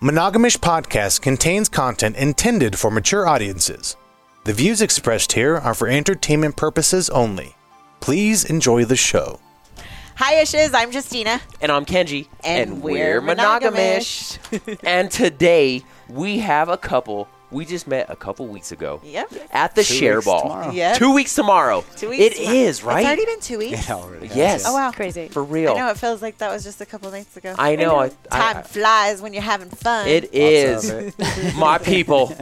Monogamish Podcast contains content intended for mature audiences. The views expressed here are for entertainment purposes only. Please enjoy the show. Hi, Ishes. I'm Justina. And I'm Kenji. And we're monogamish. monogamish. and today we have a couple we just met a couple weeks ago. Yep. At the Two share weeks ball. tomorrow. Yep. Two weeks tomorrow. Two weeks. It is, right? It's already been two weeks. Yeah, already has, Yes. yeah. Oh, wow. Crazy. For I real. know it feels like that was just a couple nights ago. I know, I- I- Time I- flies when you're having fun. It Lots is. of My people.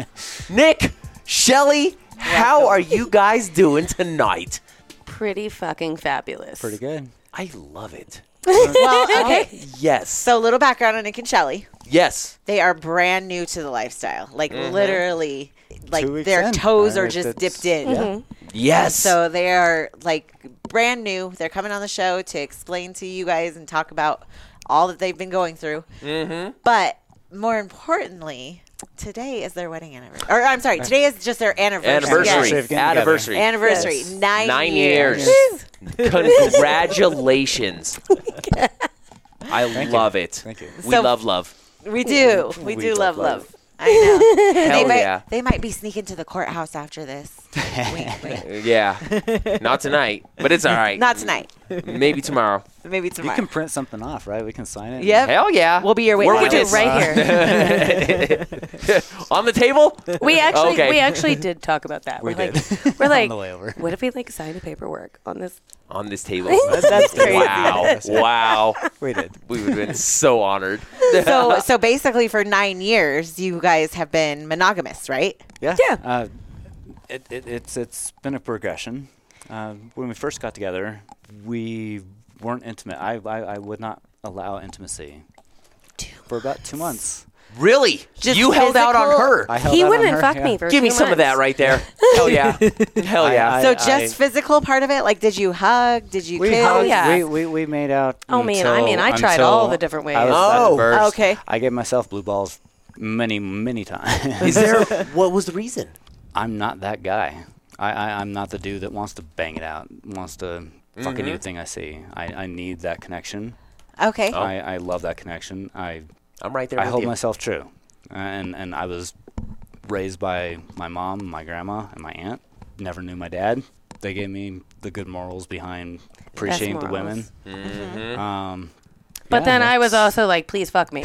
Nick, Shelly, how are you guys doing tonight? Pretty fucking fabulous. Pretty good. I love it. Well, okay. Yes. so, a little background on Nick and Shelly. yes. They are brand new to the lifestyle. Like Mm-hmm. literally, like Two weeks their in. toes I are mean, just it's- dipped in. yeah. Yes. So they are like brand new. They're coming on the show to explain to you guys and talk about all that they've been going through. Mm-hmm. But more importantly, today is their wedding anniversary. Or I'm sorry, today is just their anniversary. anniversary. Yes. Yes. Anniversary. Yes. Anniversary. Yes. Nine, Nine years. years. Congratulations. I love it. Thank you. We Oh So- love love. We do. We, We do love love love. love. I know. Hell they, might, yeah. they might be sneaking to the courthouse after this. Wink, wink. Yeah. Not tonight, but it's all right. Not tonight. Maybe tomorrow. Maybe You tomorrow. can print something off, right? We can sign it. Yep. Hell yeah. We'll be your We're witness. witness. right here. On the table? We actually Okay. we actually did talk about that. We are like did. we're On like the way over. what if we like sign a paperwork on this? On this table. That's crazy. Wow. wow. We did. We would have been so honored. So, so basically, for nine years, you guys have been monogamous, right? Yeah. Yeah. Uh, it, it, it's it's been a progression. Uh, when we first got together, we weren't intimate. I, I, I would not allow intimacy. For about two months, Really? Just you held out on physical- her. I held He out on wouldn't her, fuck yeah. me for Give me two some of that months. right there. Hell yeah. Hell yeah. Oh, I- So I- just physical part of it, like did you hug? Did you We, kiss? hugged. yeah. we, we, we made out. Oh, man, I until- mean, I tried all until the different I was ways. Oh, diverse. okay. I gave myself blue balls many, many times. Is there what was the reason? I'm not that guy. I, I I'm not the dude that wants to bang it out, wants to fuck a new thing I see. I, I need that connection. Okay. I, I love that connection. I I'm right there I with hold you. myself true, and and I was raised by my mom, my grandma, and my aunt. Never knew my dad. They gave me the good morals behind appreciating the women. morals. Um, But yeah, then I was that's- also like, please fuck me.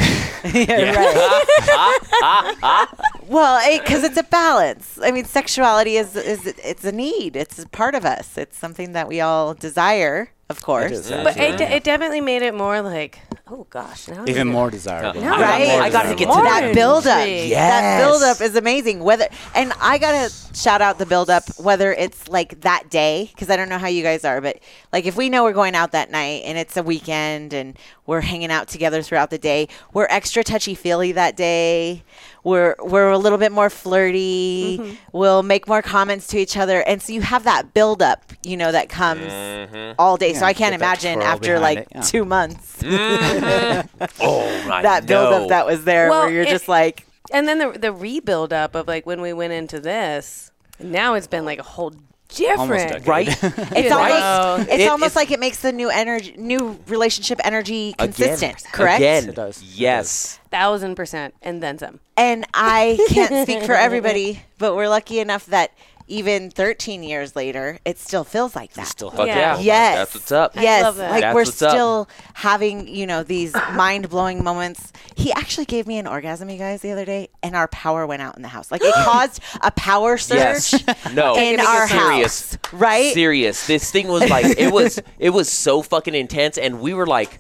well, because it's a balance. I mean, sexuality is is it's a need. It's a part of us. It's something that we all desire, of course. is, but it, it definitely made it more like, oh gosh, now even I'm- more desirable. Yeah. I got right? more I gotta desirable. get to that that build up. Yes. That build up is amazing. Whether and I gotta shout out the build up, whether it's like that day, because I don't know how you guys are, but like if we know we're going out that night and it's a weekend and we're hanging out together throughout the day, we're extra touchy feely that day. We're we're a little bit more flirty. Mm-hmm. We'll make more comments to each other, and so you have that build up, you know, that comes all day. so Yeah, I can't get that imagine twirl after behind like it, yeah. two months Oh, I that build know. up that was there, Well, where you're it- just like. And then the the rebuild up of like when we went into this, now it's been like a whole different decade. right? It's Right. almost, it's It- almost it's- like it makes the new energy, new relationship energy consistent, Again. correct? Again. It does. It Yes. thousand percent and then some. And I can't speak for everybody, but we're lucky enough that even 13 years later, it still feels like that. Still Fuck Yeah. yeah. yes, That's what's up. Yes, love that. like That's we're what's up. still having you know these mind blowing moments. He actually gave me an orgasm, you guys, the other day, and our power went out in the house. Like it caused a power surge. Yes. No. In our serious. house, right? Serious. This thing was like it was it was so fucking intense, and we were like,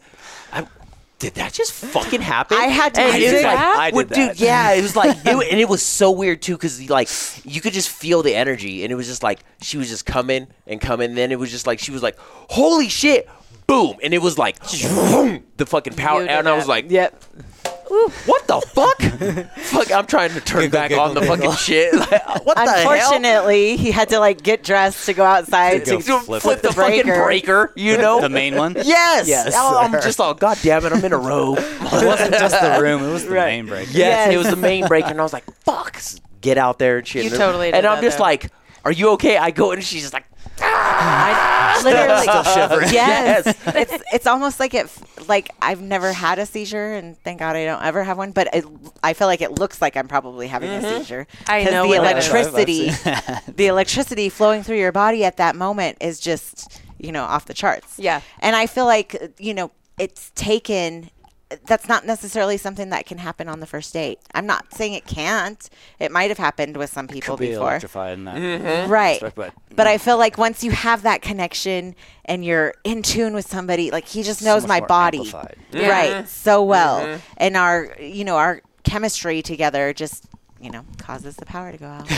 I, did that just fucking happen? I had to- And I it was did like, that? I did well, dude, that. yeah, it was like, it, wa- and it was so weird too, because like you could just feel the energy, and it was just like she was just coming and coming. And then it was just like she was like, holy shit. Boom! And it was like, boom, the fucking power, You did and I was that. like, "What the fuck? fuck! I'm trying to turn back on the fucking shit. Like, uh, what the hell? Unfortunately, he had to like get dressed to go outside To to, go to flip flip, it. the, fucking breaker. breaker, you know? The main one. yes. Yes, Oh, I'm sir. just all, God damn it, I'm in a robe. yes, It wasn't just the room. It was the main break. Yes. it was the main breaker, and I was like, fuck, s- get out there and shit. You And- totally did And I'm that, just though. like, are you okay? I go in, and she's just like, ah. I literally Still shivering. Yes. it's it's almost like it f- like I've never had a seizure and thank God I don't ever have one, but it, I feel like it looks like I'm probably having a seizure I know the what it is. I've- I've electricity the electricity flowing through your body at that moment is just, you know, off the charts. Yeah. And I feel like, you know, it's taken that's not necessarily something that can happen on the first date. I'm not saying it can't. It might have happened with some people be before electrified in that. right but- but i feel like once you have that connection and you're in tune with somebody like he just knows much my more body amplified. right so well and our you know our chemistry together just you know causes the power to go out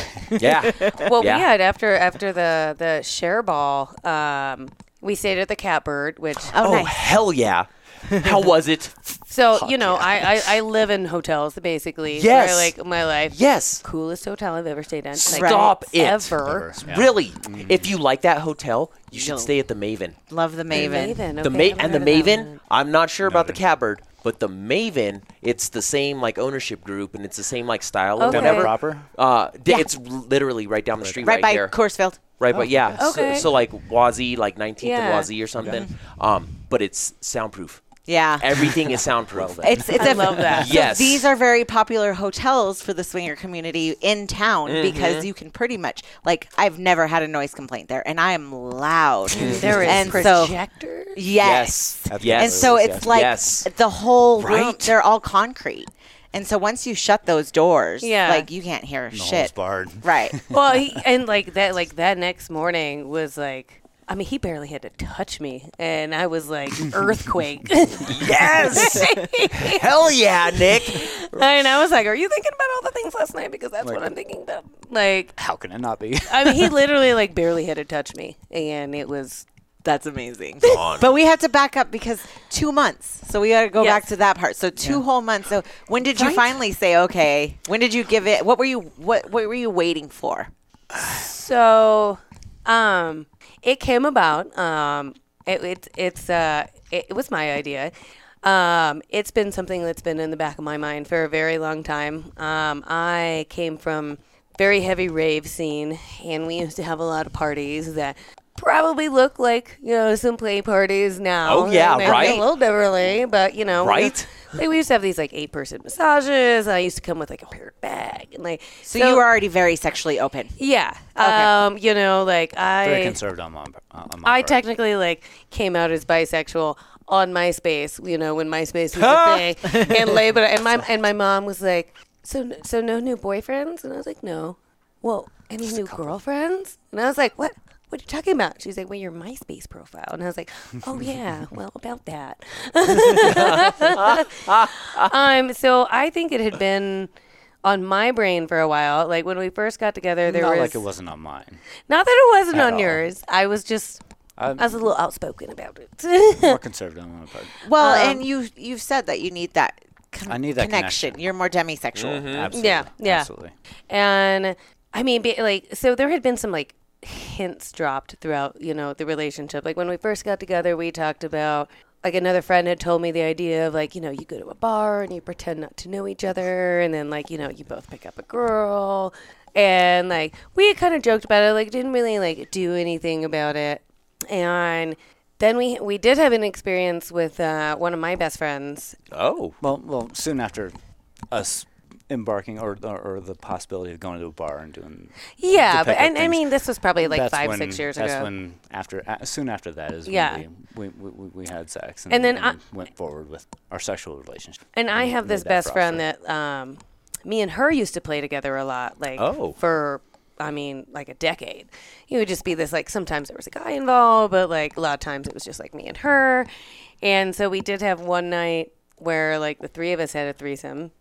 Yeah. Well, Yeah. we had after after the the share ball, um, we stayed at the Catbird, which oh, Oh, nice hell yeah. How was it? so you know I, I I live in hotels basically. Yes. for, like my life. Yes. coolest hotel I've ever stayed in. Like, Stop it. Ever. Really. If you like that hotel, you should No. stay at the Maven. love the maven, Maven. the okay, Ma- I and the remember that Maven, one. I'm not sure about the Catbird, but the Maven, it's the same like ownership group and it's the same like style or Okay. Denver whatever. proper. Uh, d- it's literally right down Oh, the street right, right, by here. Corsfield. Right, but yeah. Okay. So, so like Wazi, like 19th Yeah. and Wazi or something. Um, but it's soundproof. yeah Everything is soundproof. it's it's I a- love that. so Yes. these are very popular hotels for the swinger community in town because you can pretty much like I've never had a noise complaint there, and I am loud. There is and so projector. Yes. Yes. Yes. And so it's Yes. like Yes. the whole room, Right. they're all concrete. And so once you shut those doors, Yeah. like you can't hear Holes shit. barred. Right. well, he, and like that, like that next morning was like. I mean, he barely had to touch me, and I was like earthquake. yes. Hell yeah, Nick. and I was like, "Are you thinking about all the things last night? Because that's what I'm thinking about." Like, How can it not be? I mean, he literally like barely had to touch me, and it was That's amazing. But we had to back up because two months. So we had to go Yes. back to that part. So two whole months. So when did you finally say okay? When did you give it? What were you what what were you waiting for? so. Um, it came about. Um, it, it it's uh, it, it was my idea. Um, it's been something that's been in the back of my mind for a very long time. Um, I came from very heavy rave scene, and we used to have a lot of parties that probably look like you know some play parties now. Oh, yeah, They may be right. A little differently, but you know, we- Right? Like, we used to have these like eight person massages. I used to come with like a paired bag and like. So, you were already very sexually open. Yeah. Um. You know, like I. Very conservative on my, on my I part. technically like came out as bisexual on MySpace. You know, when MySpace was a thing, and labeled it. And my and my mom was like, "So so no new boyfriends?" And I was like, "No." Well, any new girlfriends? And I was like, "What?" What are you talking about? She's like, well, your MySpace profile. And I was like, oh, yeah, well, about that. um, so I think it had been on my brain for a while. Like when we first got together, there Mm, Not was like it wasn't on mine. not that it wasn't At on all. yours. I was just, I'm I was a little outspoken about it. more conservative on my part. Well, Um, and you you've said that you need that, con- I need that connection. connection. You're more demisexual. Mm-hmm. Absolutely. Yeah, yeah. Absolutely. and I mean, be- like, so there had been some like hints dropped throughout, you know, the relationship. Like when we first got together, we talked about. Like another friend had told me the idea of like you know you go to a bar and you pretend not to know each other and then like you know you both pick up a girl and like we had kind of joked about it like didn't really like do anything about it and then we we did have an experience with uh, one of my best friends Oh. Well, well, soon after us embarking or, or, or the possibility of going to a bar and doing to Yeah, but pick up and I things. mean, this was probably like that's five, when- six years that's ago. when after a- soon after that is Yeah. when we, we, we, we had sex and, And then went forward with our sexual relationship. and I have made this that best friend process. that um, me and her used to play together a lot, like Oh. for I mean, like a decade. It would just be this like sometimes there was a guy involved, but like a lot of times it was just like me and her. And so we did have one night where like the three of us had a threesome.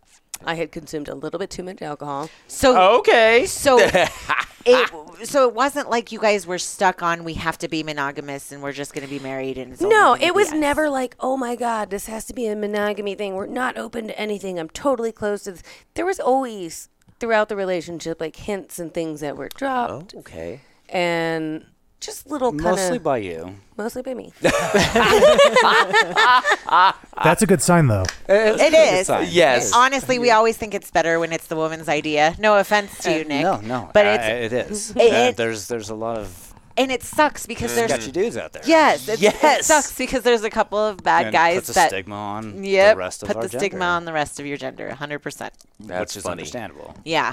I had consumed a little bit too much alcohol. So Okay. So it so it wasn't like you guys were stuck on we have to be monogamous and we're just going to be married and it's Oh, only No, gonna be it was us." never like, oh my God, this has to be a monogamy thing. We're not open to anything. I'm totally closed to this. There was always throughout the relationship like hints and things that were dropped Okay. and just little kind of Oh. mostly by you. mostly by me. That's a good sign, though. It is. Yes. Honestly, we always think it's better when it's the woman's idea. No offense to you, Nick. Uh, No, no. But I- it's it is. It- Uh, it- there's there's a lot of and it sucks because there's Sketchy dudes out there. yes, it's, it Yes. sucks because there's a couple of bad And guys puts a that stigma on yep the rest of put our the stigma gender, on the rest of your gender, 100. percent That's which is funny. understandable. Yeah.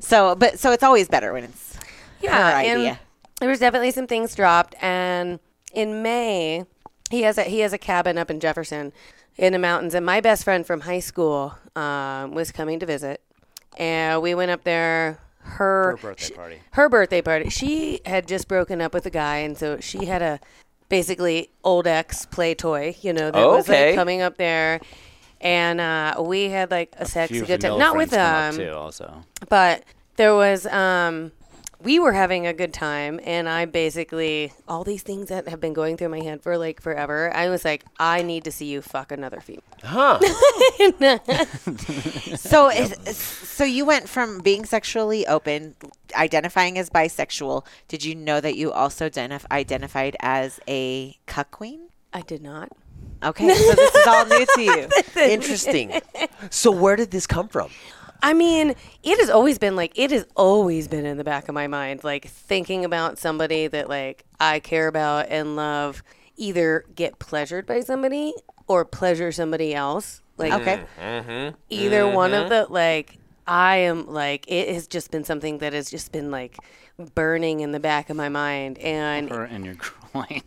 so, but so it's always better when it's her idea. there was definitely some things dropped, and in May he has a he has a cabin up in Jefferson in the mountains, and my best friend from high school um, was coming to visit, and we went up there. Her, Her birthday she- party. Her birthday party. She had just broken up with a guy, and so she had a basically old ex play toy, you know, that was Okay. like coming up there. And uh, we had like a, sexy Few good time. vanilla Not with um, friends them come up, too, also. but there was um we were having a good time and i basically all these things that have been going through my head for like forever i was like i need to see you fuck another female So, is, is- so you went from being sexually open, identifying as bisexual. Did you know that you also identif- identified as a cuck queen? i did not Okay, so this is all new to you. Interesting. so where did this come from? i mean it has always been like it has always been in the back of my mind like thinking about somebody that like i care about and love either get pleasured by somebody or pleasure somebody else like Okay, either one of the like I am like it has just been something that has just been like burning in the back of my mind and Her and your groin.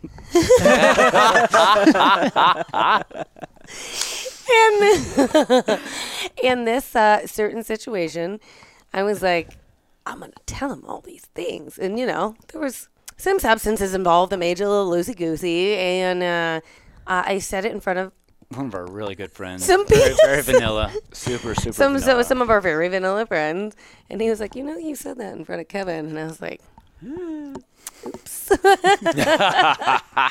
and in this uh, certain situation I was like I'm gonna tell him all these things and you know there was some substances involved that made you a little loosey goosey and uh, I I said it in front of One of our really good friends. Some very, very people- vanilla. Super, super some so, vanilla. some of our very vanilla friends, and he was like, "You know, you said that in front of Kevin," and I was like,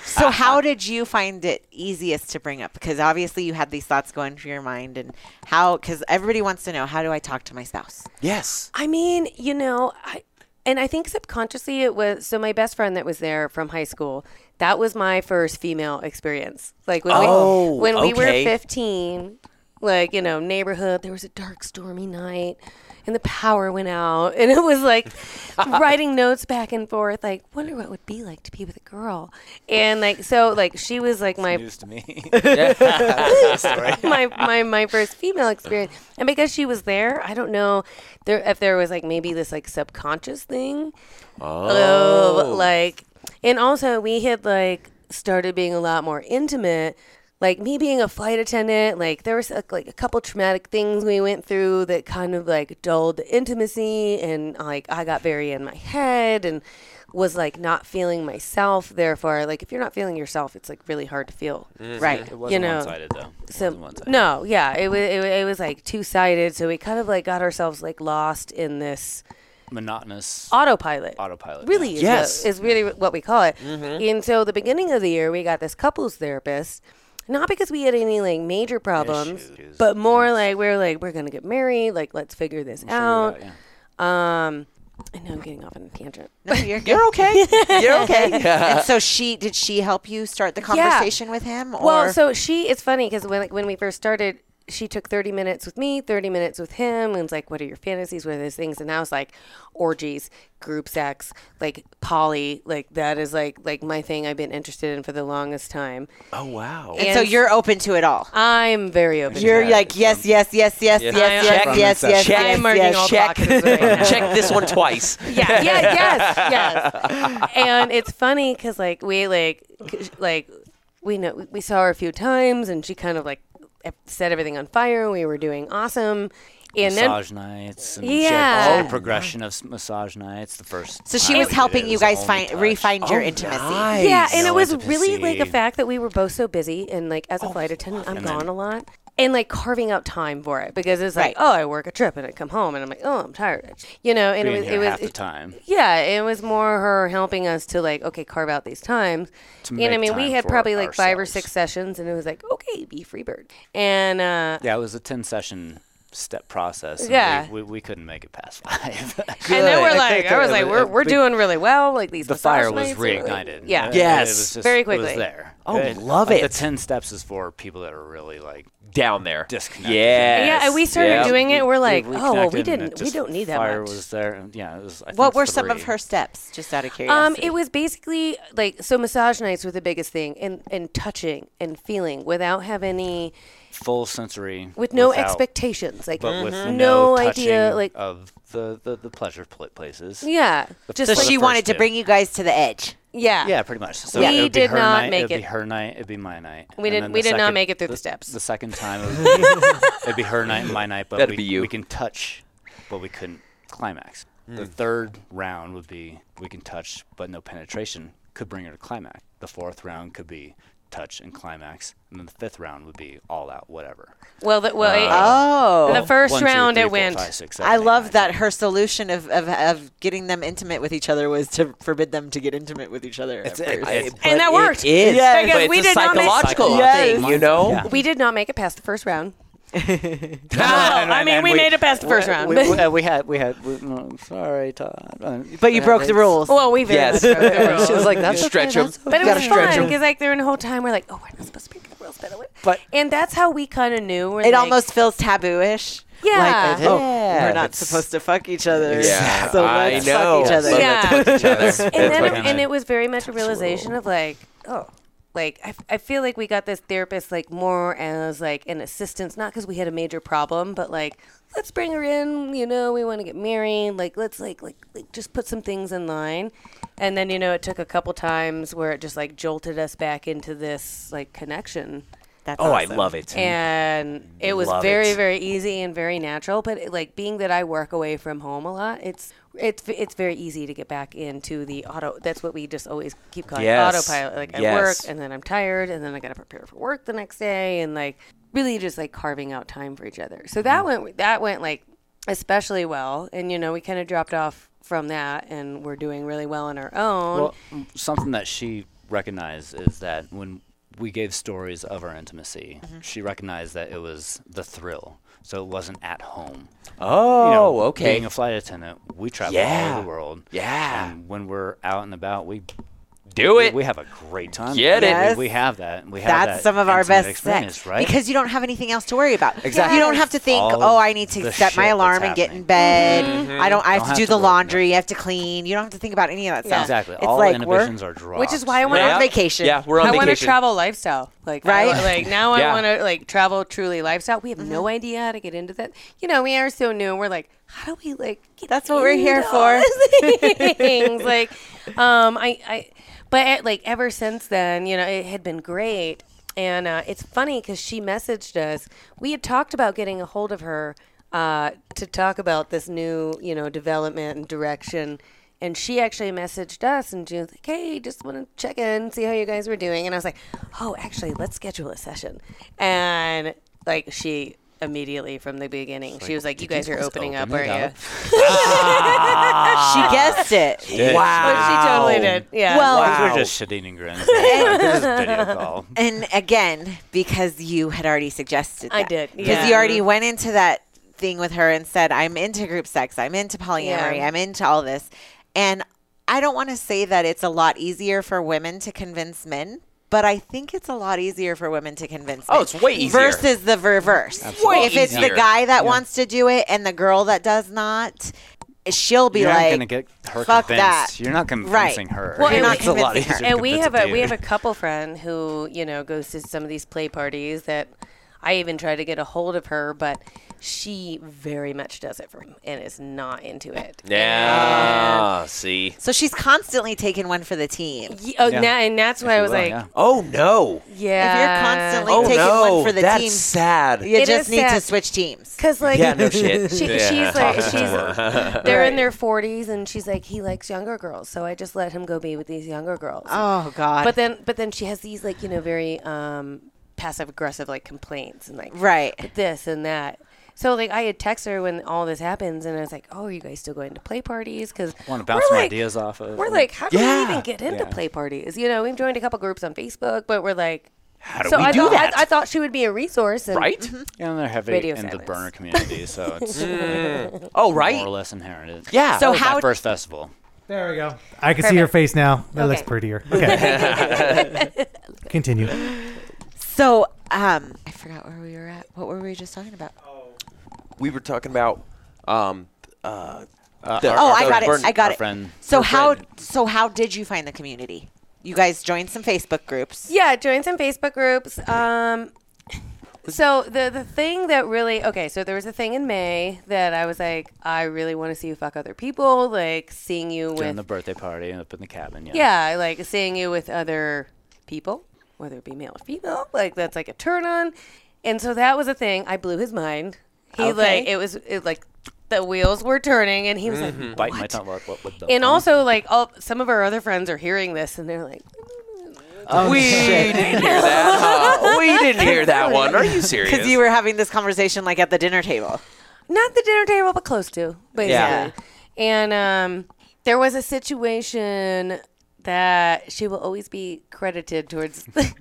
so how did you find it easiest to bring up? Because obviously you had these thoughts going through your mind, and how? Because everybody wants to know how do I talk to my spouse? Yes. I mean, you know, I and I think subconsciously it was so my best friend that was there from high school. That was my first female experience. Like when Oh, we when we were okay. 15, like, you know, neighborhood, there was a dark stormy night and the power went out and it was like writing notes back and forth like wonder what it would be like to be with a girl. And like so like she was like my News to me. my, my my first female experience and because she was there i don't know there if there was like maybe this like subconscious thing of like and also we had like started being a lot more intimate like me being a flight attendant like there was like, like a couple traumatic things we went through that kind of like dulled the intimacy and like i got very in my head and was like not feeling myself therefore like if you're not feeling yourself it's like really hard to feel Right. It wasn't You know, one-sided, though. It so wasn't one-sided. no, yeah, it was it, wa- it was like two sided. So we kind of like got ourselves like lost in this Monotonous autopilot. Mm-hmm. autopilot. Really, is, Yes. what, is really what we call it. And so the beginning of the year, we got this couples therapist, not because we had any like major problems, Issues. but more like we are like we're gonna get married, like let's figure this out. yeah. Um, I know I'm getting off on a tangent. No, you're good. You're okay. You're okay. And so she did she help you start the Yeah. conversation with him? Or? Well, so she it's funny because when like when we first started, she took thirty minutes with me, thirty minutes with him, and it's like, what are your fantasies? What are those things? And now it's like orgies, group sex, like poly, like that is like like my thing. I've been interested in for the longest time. oh wow. and so you're open to it all. I'm very open. to You're that. like yes, yes, yes, yes, yes, yes, Check. yes, yes, yes, Check. I'm marking yes, all the check. boxes right now. Check this one twice. yeah, yeah, yes, yes. And it's funny because like we like c- like we know we saw her a few times, and she kind of like e, set everything on fire. We were doing awesome, and then massage nights. And Yeah. All the progression of s- massage nights. The first. So she time was we did helping it you was the guys only find touch. refind your Oh, intimacy. nice. Yeah, and it No was intimacy. really like a fact that we were both so busy, and like as a Oh, flight attendant, I'm gone a lot, and like carving out time for it because it's Right. like, oh, I work a trip and I come home and I'm like, oh, I'm tired, you know, and Being it was here it half was the time. yeah, it was more her helping us to like okay carve out these times. To and I make mean, we time had for probably like five or ourselves. six sessions, and it was like okay, be free bird, and uh, Yeah, it was a ten session step process. and Yeah. We, we, we couldn't make it past five. and then we're Good. like, I was like, we're we're The- doing really well. Like these The massage fire was nights are really- reignited. Uh, Yeah. It- it Yes. was just- Very It quickly. was there. Oh, love like, it. The ten steps is for people that are really like down there. Disconnected. Yes. Yeah, and we started Yep. doing it. We're like, We oh, well, we connected and it didn't. We just- don't need that Fire much. was there. And yeah, it was. I What think, were some of three. her steps? Just out of Um, curiosity. it was basically like so. Massage nights were the biggest thing, and and touching and feeling without having any, full sensory with no without- expectations, like but with no, no, idea, touching like of the the, the pleasure pl- places. yeah, just so like, she first wanted to two. bring you guys to the edge. yeah, Yeah, pretty much. So We it would be did her not night, make it'd it- be her night. It'd be my night. And We didn't- then we the did not second- make it through the steps. The second time, it would be, it'd be her night and my night. But That'd we, be you. we can touch, but we couldn't climax. Mm. The third round would be we can touch, but no penetration could bring her to climax. The fourth round could be touch and climax, and then the fifth round would be all out, whatever. Well, the, well, it- Oh. the first Uh, One, two, round three, it four, went. five, six, seven, I eight, love nine, that her solution of, of, of getting them intimate with each other was to forbid them to get intimate with each other. at first. I- but that it worked. is, Yes. but Because it's we a did not make- psychological Yes. thing, you know. Yeah. we did not make it past the first round. and- I mean, and we, we- made it past the first round. We, we, uh, we had, we had. We, no, I'm sorry, Todd. Uh, but you broke the rules. well, we very Yes. much broke the rules. She was like, "That's stretch them. But it gotta was stretch fun 'em. because like during the whole time we're like, oh, we're not supposed to break the rules, but, But- and that's how we kind of knew. We're it like- almost feels taboo-ish. Yeah. Like, oh, Yeah. we're not It's- supposed to fuck each other. Yeah, so I let's know. fuck each other. So Yeah. let's fuck each other. and That's then what it, I and mean. it was very much a realization of like, oh, like I, f- I feel like we got this therapist like more as like an assistance, not because we had a major problem, but like let's bring her in. You know, we want to get married. Like let's like like like just put some things in line. And then you know it took a couple times where it just like jolted us back into this like connection. That's oh, I awesome. love it. and it was Love very it. very easy and very natural but it, like being that i work away from home a lot it's it's it's very easy to get back into the auto that's what we just always keep calling Yes. autopilot like i work Yes. and then i'm tired and then i gotta prepare for work the next day and like really just like carving out time for each other so that Mm. went that went like especially well and you know we kind of dropped off from that and we're doing really well on our own Well, m- something that she recognized is that when we gave stories of our intimacy, she recognized that it was the thrill. So it wasn't at home. Oh, You know, okay. Being a flight attendant, we travel all Yeah. over the world. Yeah. And when we're out and about, we Do we- it. We have a great time. Get We- it. We, we have that. We have That's that some of our intimate best experience, sex, right? Because you don't have anything else to worry about. Exactly. You don't have to think, All oh, I need to the set my shit that's alarm and get in happening. Mm-hmm. bed. I don't. I have Don't to have do to the worry about laundry. I have to clean. You don't have to think about any of that stuff. exactly. It's all like inhibitions we're are dropped. which is why i want we're to on vacation. Yeah, we're on I vacation. want a travel lifestyle. Like, Right? Mm-hmm. right? like now Yeah. I want to like travel truly lifestyle. We have no idea how to get into that. You know, we are so new. We're like, how do we like? Get That's what we're into here all for. these Things like, um, I, I, but eh, like ever since then, you know, it had been great. And uh, it's funny because she messaged us. We had talked about getting a hold of her uh, to talk about this new, you know, development and direction. And she actually messaged us, and she was like, "Hey, just want to check in, see how you guys were doing." And I was like, "Oh, actually, let's schedule a session." And like, she immediately from the beginning, she was like, "You guys are opening up, aren't you?" She guessed it. But she totally did. Yeah. Well- These Wow. are just shit eating grins. oh, this is a video call. And again, because you had already suggested I that. did, Because yeah. you already went into that thing with her and said, I'm into group sex, I'm into polyamory, Yeah. I'm into all this. And I don't want to say that it's a lot easier for women to convince men, but I think it's a lot easier for women to convince Oh, men. it's way easier. Versus the reverse. Absolutely. If it's the easier. guy that wants to do it and the girl that does not, she'll be You're like, not gonna get her fuck convinced. that. You're not convincing her. Well, You're and not we- It's a lot convincing her. easier. and we convince have a a we dude. have a couple friend who you know goes to some of these play parties that I even try to get a hold of her, but she very much does it for him and is not into it. Yeah. See. So she's constantly taking one for the team. Ye- Oh, Yeah. na- and that's why I was will, like, yeah. yeah. Oh no. If you're constantly Oh taking no. one for the That's team, sad. You It just is need to sad. switch teams. Cause like Yeah, no shit. she, Yeah. she's like Talking to she's they're in their 40s and she's like he likes younger girls so I just let him go be with these younger girls. Oh God! But then but then she has these like you know very um, passive aggressive like complaints and like right. this and that. So like I had texted her when all this happens, and I was like, "Oh, are you guys still going to play parties? Because Want to bounce some ideas off of. We're like, how do Yeah. we even get into Yeah. play parties? You know, we've joined a couple groups on Facebook, but we're like, how do so we I do thought, that? I, I hmm? thought she would be a resource, and Right. and they're heavy Radio in the silence. burner community, so it's Oh more or right. less inherited. Yeah. So That was my how- first festival. There we go. I can see your face now. That looks Okay. prettier. Okay. Continue. So um, I forgot where we were at. What were we just talking about? we were talking about um uh, Oh, I got it. I got our it. friend- so her how friend. so how did you find the community? You guys joined some Facebook groups. Yeah, join some Facebook groups. Um, so the the thing that really okay, so there was a thing in May that I was like, I really want to see you fuck other people, like seeing you during with the birthday party and up in the cabin. Yeah. yeah, I like seeing you with other people, whether it be male or female. Like that's like a turn on, and so that was a thing. I blew his mind. He like Okay. it was it like the wheels were turning, and he was like, Mm-hmm. Bite my tongue. What, what, what the and also like all some of our other friends are hearing this, and they're like, we didn't hear that. huh? Oh, we didn't hear that one. Are you serious? Because you were having this conversation like at the dinner table. not the dinner table, but close to, basically. Yeah. And um, there was a situation that she will always be credited towards.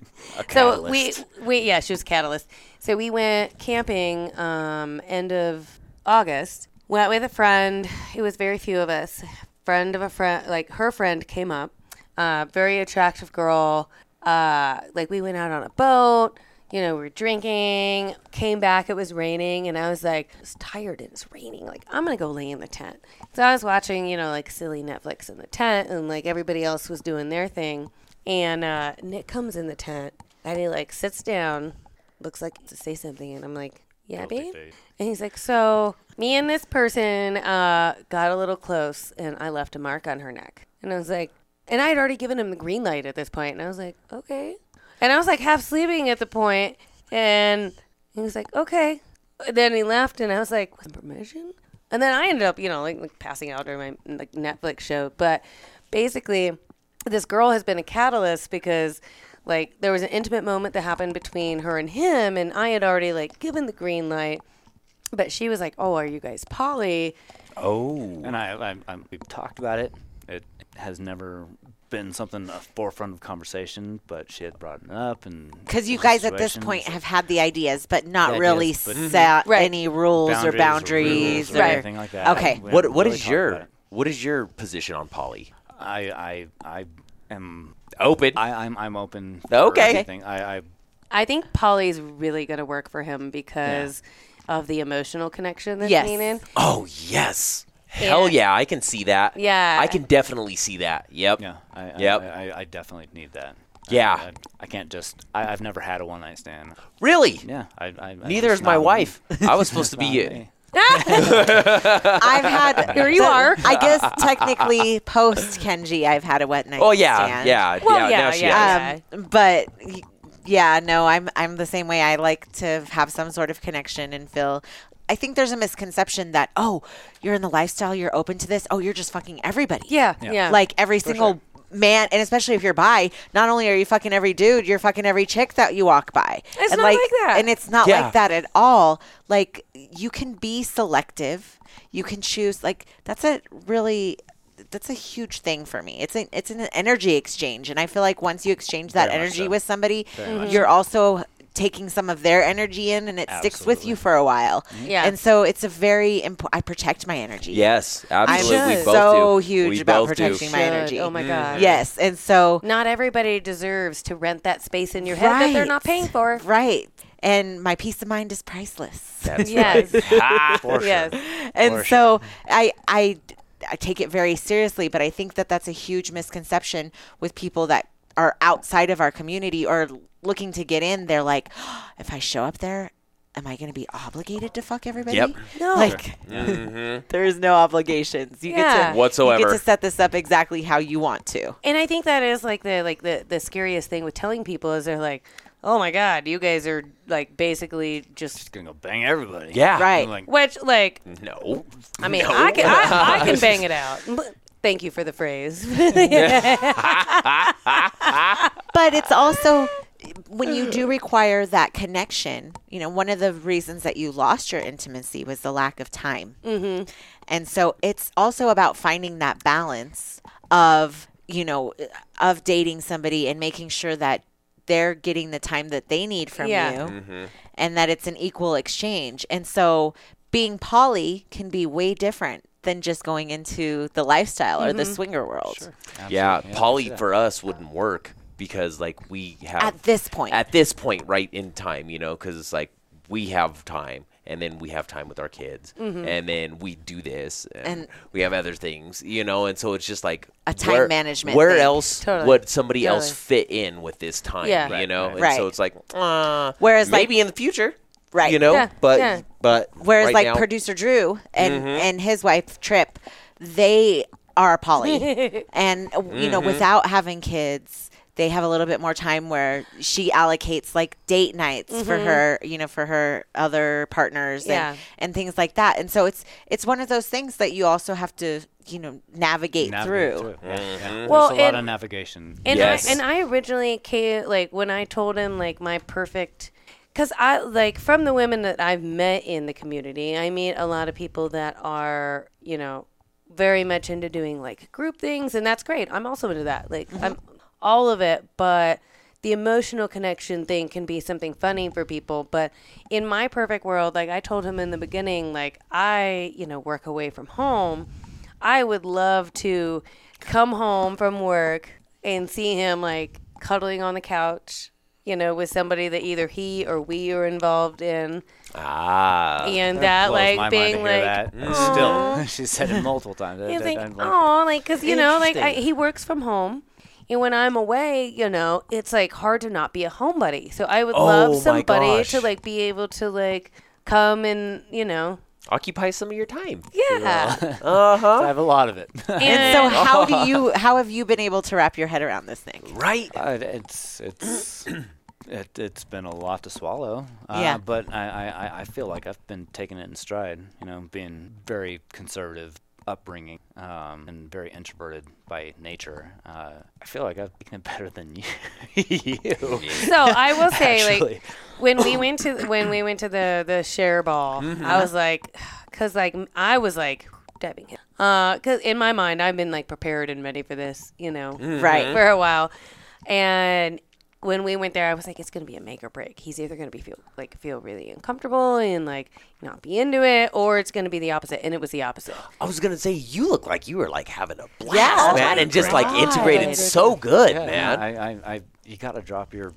so we, we, yeah, she was a catalyst. So we went camping um, end of August. Went with a friend. It was very few of us. Friend of a friend, like her friend, came up. Uh, very attractive girl. Uh, like we went out on a boat you know, we were drinking, came back, it was raining, and I was like, I was tired and it's raining. Like, I'm gonna go lay in the tent. So I was watching, you know, like silly Netflix in the tent, and like everybody else was doing their thing. And uh, Nick comes in the tent, and he like sits down, looks like to say something, and I'm like, Yeah, babe. And he's like, So me and this person uh, got a little close, and I left a mark on her neck. And I was like, and I had already given him the green light at this point, and I was like, okay. And I was like half sleeping at the point, and he was like, okay. And then he left, and I was like, with permission? And then I ended up, you know, like, like passing out during my like Netflix show. But basically, this girl has been a catalyst because, like, there was an intimate moment that happened between her and him, and I had already like given the green light, but she was like, oh, are you guys poly? Oh, And I, I, I, we've talked about it. It has never been something a forefront of conversation, but she had brought it up, and Because you guys at this point situations, have had the ideas, but not The really ideas, but- set Right. any rules or boundaries rules or, Right. anything like that. Okay. We what haven't what really is talked about your it. what is your position on Polly? I I I am Open. I I'm I'm open. for Oh. Okay. everything. I I I think Polly's really going to work for him because of the emotional connection that's Yes. needed. oh yes. Hell Yeah. yeah, I can see that. Yeah. I can definitely see that. Yep. yeah. I I, Yep. I, I, I definitely need that. Yeah. I, I, I can't just. I, I've never had a one night stand. Really? Yeah. I, I, I Neither it's is my not me. wife. I was supposed to be Not me. I've had Here you are. I guess technically post Kenji I've had a wet night. Oh yeah, stand. yeah, Well, yeah. yeah, now she yeah. has. Um, but y- yeah, no, I'm I'm the same way. I like to have some sort of connection and feel. I think there's a misconception that oh, you're in the lifestyle, you're open to this. Oh, you're just fucking everybody. Yeah, Yeah. yeah. Like every single man, and especially if you're bi, not only are you fucking every dude, you're fucking every chick that you walk by. It's and not like that. And it's not Yeah. like that at all. Like you can be selective. You can choose. Like that's a really that's a huge thing for me. It's an it's an energy exchange, and I feel like once you exchange that Very much energy so. with somebody, Mm-hmm. you're also taking some of their energy in, and it sticks with Absolutely. you for a while. Yeah. and so it's a very important. I protect my energy. Yes, I'm absolutely. we both so do. huge We about both do. Mm-hmm. protecting my Should. energy. Oh my god. Yes, and so Not everybody deserves to rent that space in your head that they're Right. not paying for. right, and my peace of mind is priceless. That's Yes. right. yes. and so I, I I take it very seriously, but I think that that's a huge misconception with people that are outside of our community or looking to get in. They're like, "Oh, if I show up there, am I going to be obligated to fuck everybody? Yep. No. Like, there is no obligations. You Yeah. get to You Whatsoever. get to set this up exactly how you want to. And I think that is like the like the the scariest thing with telling people is they're like, "Oh my god, you guys are like basically just Gonna go bang everybody. Yeah. Right. like- which like No. I mean, I can I, I can bang it out." Thank you for the phrase. but it's also when you do require that connection you know one of the reasons that you lost your intimacy was the lack of time mm-hmm. and so it's also about finding that balance of you know of dating somebody and making sure that they're getting the time that they need from Yeah. you and that it's an equal exchange and so being poly can be way different than just going into the lifestyle or the swinger world Yeah, Polly for us wouldn't work because like we have At this point. at this point right in time you know because it's like we have time and then we have time with our kids and then we do this and, Mm-hmm. And- we have other things you know and so it's just like A time management where thing. else Totally. would somebody else Totally. fit in with this time Yeah. you Right, know and right. so it's like uh, Whereas, like- maybe in the future Right. you know Yeah, but yeah. but Whereas right like now- producer Drew and and his wife Trip, they are poly, and you know without having kids. They have a little bit more time where she allocates like date nights for her, you know, for her other partners Yeah. and, and things like that. And so it's it's one of those things that you also have to, you know, navigate, Navigate through. it, yeah. Yeah. Well, There's a lot and- of navigation. And Yes. I, and I originally came like when I told him like my perfect cuz I like from the women that I've met in the community, I meet a lot of people that are, you know, very much into doing like group things and that's great. I'm also into that. Like I'm all of it, but the emotional connection thing can be something funny for people, but in my perfect world, like I told him in the beginning, like I, you know, work away from home. I would love to come home from work and see him like cuddling on the couch, you know, with somebody that either he or we are involved in, ah and Uh, That that blows my like mind being to hear like. that. And still, she said Mm-hmm. it multiple times. I- It's I- like, I'm like, oh, like, because, you know, like, I, Interesting. he works from home. And when I'm away, you know, it's like hard to not be a homebody. So I would Oh, my love somebody to gosh. like be able to like come and, you know, occupy some of your time yeah. I have a lot of it. And So how do you how have you been able to wrap your head around this thing? right Uh, it's it's it, it's been a lot to swallow. Uh, Yeah. But I, I, I- I feel like I've been taking it in stride. You know, being very conservative upbringing um, and very introverted by nature. Uh, I feel like I've taken it better than you. you. So I will say, Actually. like, when we went to when we went to the the share ball, Mm-hmm. I was like, because like I was like diving in, because in my mind I've been like prepared and ready for this, you know, Right. Mm-hmm. for a while, and. When we went there, I was like, "It's gonna be a make or break. He's either gonna be feel like feel really uncomfortable and like not be into it, or it's gonna be the opposite." And it was the opposite. Oh, I was gonna say you look like you were like having a blast, Yeah. Oh man, my and just like God. integrated so good, Yeah, man. I, I, I, you gotta drop your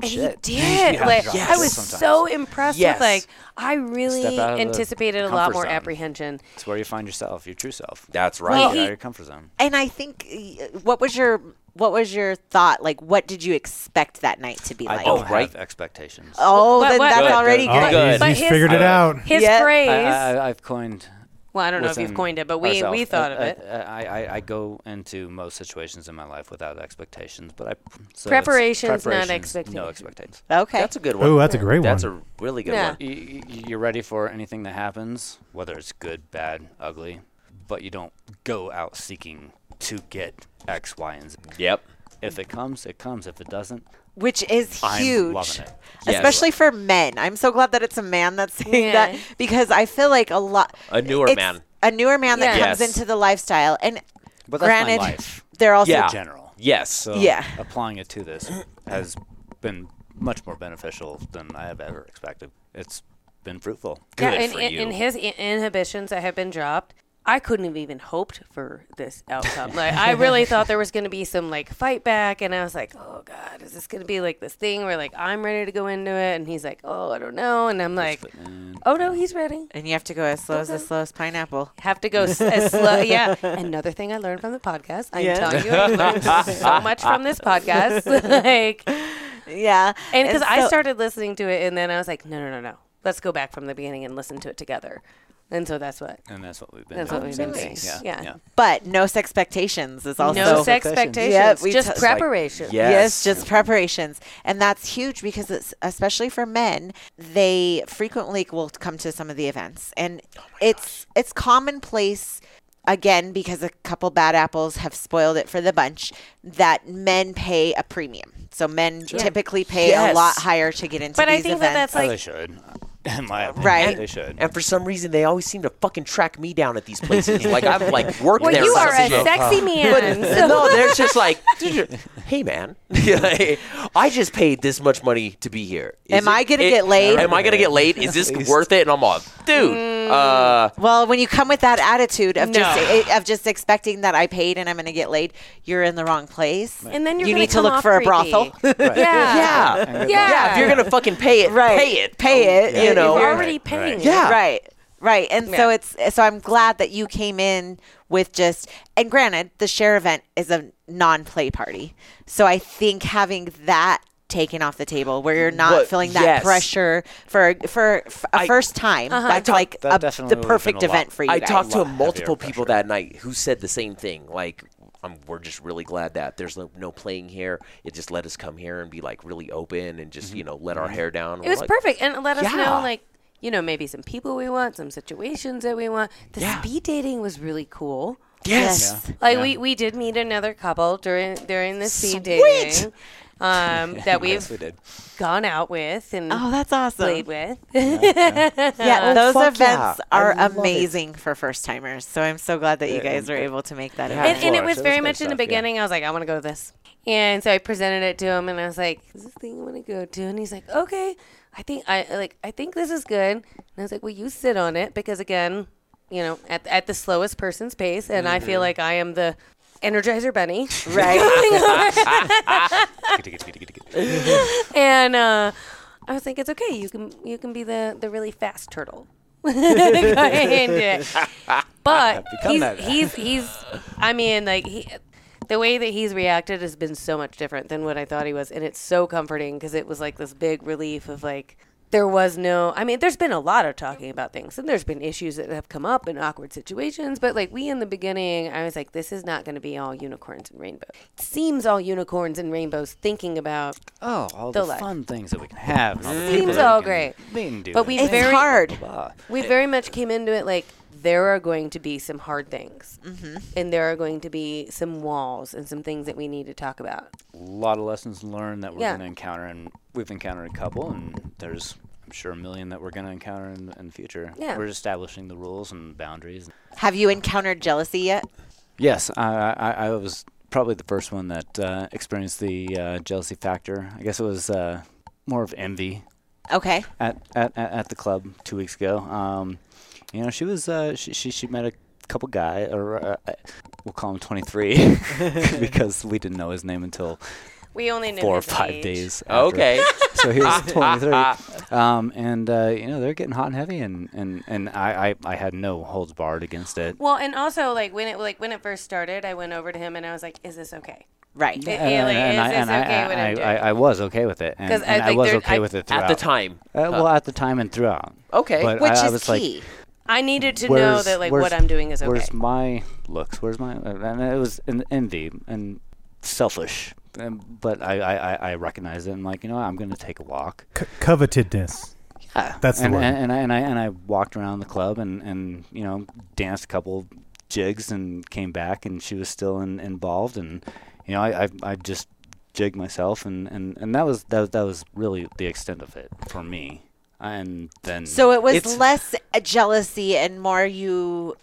And shit. he did. like drop I it was sometimes. so impressed Yes. with like I really Step out of the anticipated a lot comfort more zone. apprehension. It's where you find yourself, your true self. That's Get right. out he- of your comfort zone. and I think uh, what was your what was your thought? Like, what did you expect that night to be I like? don't Oh, have right. expectations. What- then what- that's Good. already Oh, good. Good. he's- But he's his- phrase. figured it out. His Yeah. phrase. I, I, I've coined. well, I don't know if you've within coined it, but we ourselves. we thought I- of it. I, I, I- I go into most situations in my life without expectations, but I so it's Preparations, not preparations, No expectations. expectations. Okay. That's a good one. Oh, that's a great one. That's a really good Yeah. one. You, you're ready for anything that happens, whether it's good, bad, ugly, but you don't go out seeking to get X, Y, and Z. Yep. If it comes, it comes. If it doesn't, Which is I'm huge. loving it. Yes. Especially for men. I'm so glad that it's a man that's saying Yeah. that because I feel like a lot A newer it's man. A newer man that Yeah. comes Yes. into the lifestyle and But that's my granted life. they're also Yeah. in general. Yes. So Yeah. applying it to this has been much more beneficial than I have ever expected. It's been fruitful. Good yeah, and, for and, you. and his in- inhibitions that have been dropped, I couldn't have even hoped for this outcome. like I really thought there was going to be some like fight back, and I was like, oh god, is this going to be like this thing where like I'm ready to go into it, and he's like, oh, I don't know, and I'm like, oh no, he's ready. and you have to go as slow as the slowest pineapple. Have to go s- as slow. Yeah. Another thing I learned from the podcast. I'm telling you, I learned so much from this podcast. like, Yeah. and because I so- started listening to it, and then I was like, no, no, no, no. Let's go back from the beginning and listen to it together. And so that's what. And that's what we've been That's doing. what we've been doing. since. Yeah. Yeah. but no sex expectations is also No sex expectations. expectations. Yeah, we just touched, like, preparation. yeah. Yes, Yes. just preparations. And that's huge because it's especially for men, they frequently will come to some of the events. And Oh it's it's commonplace again because a couple bad apples have spoiled it for the bunch that men pay a premium. So men typically pay a Yes. lot higher to get into But these I think that events. that's like. Oh, they should. In my opinion, Right. they should. And for some reason, they always seem to fucking track me down at these places. like I've like worked well, there. you or are a something. sexy man. so- no, they're just like, hey man, I just paid this much money to be here. Is Am I gonna get laid? Am I gonna get laid? Is this worth it? And I'm all, dude, Uh, Well, when you come with that attitude of just No. eh, of just expecting that I paid and I'm going to get laid, you're in the wrong place. And then you're you gonna need to come luck off for a creepy. brothel. Yeah. Yeah. yeah. Yeah. Yeah, if you're gonna fucking pay it, Right. pay it, Pay it, Oh, You if know, You're Right. already paying. Yeah. Right. Right. And so Yeah. it's so I'm glad that you came in with just and granted the share event is a non-play party. So I think having that taken off the table where you're not What- feeling that yes. pressure for for, for a I- first time that's talk- like that a- definitely the would've perfect been a lot. event for you I guys. talked to lot multiple heavier people that night who said the same thing. Like, I'm, we're just really glad that there's no, no playing here. It just let us come here and be like really open and just you know let our hair down. It was perfect, and it let us Yeah. know like you know maybe some people we want, some situations that we want. The speed dating was really cool. Yes. Like we, we did meet another couple during during the speed dating, um, that we've Yes, we did. gone out with and Oh, that's awesome. played with. Yeah, those fuck events yeah. I are love it. amazing for first timers. So I'm so glad that you guys were able to make that happen. and, and it Florida, was so it was very good much in the stuff, yeah. beginning. I was like, I want to go to this, and so I presented it to him, and I was like, "Is this thing I want to go to?" And he's like, "Okay, I think I like I think this is good." And I was like, "Will you sit on it?" Because again, you know, at at the slowest person's pace, and I Mm-hmm. feel like I am the Energizer Bunny, right? and uh, I was like, "It's okay. You can you can be the the really fast turtle." Go ahead and do it. But become he's, that. he's he's I mean like he the way that he's reacted has been so much different than what I thought he was and it's so comforting because it was like this big relief of like there was no I mean there's been a lot of talking about things and there's been issues that have come up in awkward situations but like we in the beginning I was like this is not going to be all unicorns and rainbows. It seems all unicorns and rainbows thinking about Oh, all The the, life. fun things that we can have. and all the people seems that all we can great. meet and do But and we blah, it's very hard. blah, blah. we very much came into it like there are going to be some hard things and there are going to be some walls and some things that we need to talk about A lot of lessons learned that we're Yeah. going to encounter, and we've encountered a couple, and there's, I'm sure, a million that we're going to encounter in, in the future. Yeah. We're establishing the rules and boundaries. Have you encountered jealousy yet? Yes, I, I, I was probably the first one that uh, experienced the uh, jealousy factor. I guess it was uh, more of envy Okay. at, at, at at the club two weeks ago. Um, you know, she was uh, she, she she met a couple guy or uh, uh, we'll call him 23 because we didn't know his name until we only know four or his five age. days. Oh, after. Okay. So he was 23, um, and uh, you know they're getting hot and heavy, and and and I I, I had no holds barred against it. well and also like when it like when it first started i went over to him and i was like is this okay Right. Yeah. Haley, is this I, okay what I'm I, I, doing? I, I was okay with it, and, 'Cause I and I, think was there- okay I- with it throughout. At the time, Uh, well, at the time and throughout. Okay. But Which I, I is was key. like, i needed to where's, know that like where's- what i'm doing is okay Where's my looks? Where's my? And it was an envy and selfish, and, but I, I, I- I recognize it. and like, you know, what, I'm going to take a walk. C- covetedness. Yeah, That's the and, word. And, and I and I and I walked around the club and and you know danced a couple jigs and came back and she was still in, involved and you know I I, I just jigged myself and, and, and that was that was- that was really the extent of it for me and then So it was It's- less a jealousy and more you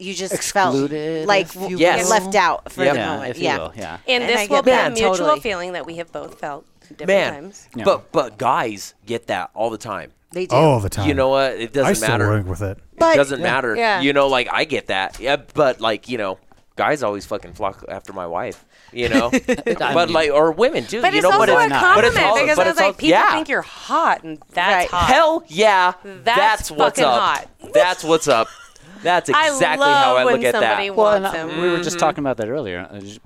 you just Excluded, felt like if you w- Yes. will. left out for Yep. the yeah, moment. if you yeah. will, yeah And and I this will get be a that, mutual totally. feeling that we have both felt different man. times Yeah. But but guys get that all the time. They do. Oh. All the time. You know what? It I doesn't still matter. work with it. But- it doesn't matter. Yeah. You know, like I get that. Yeah, but like you know, guys always fucking flock after my wife. You know, but like or women too. but you it's know, also but a it's- compliment but it's all- because but I was it's all- like, people yeah. think you're hot, and that's Right. hot. Hell yeah, that's, what's fucking up. hot. That's what's up. That's I exactly love how I when look at somebody that. wants well and I- him. we were Mm-hmm. just talking about that earlier I just-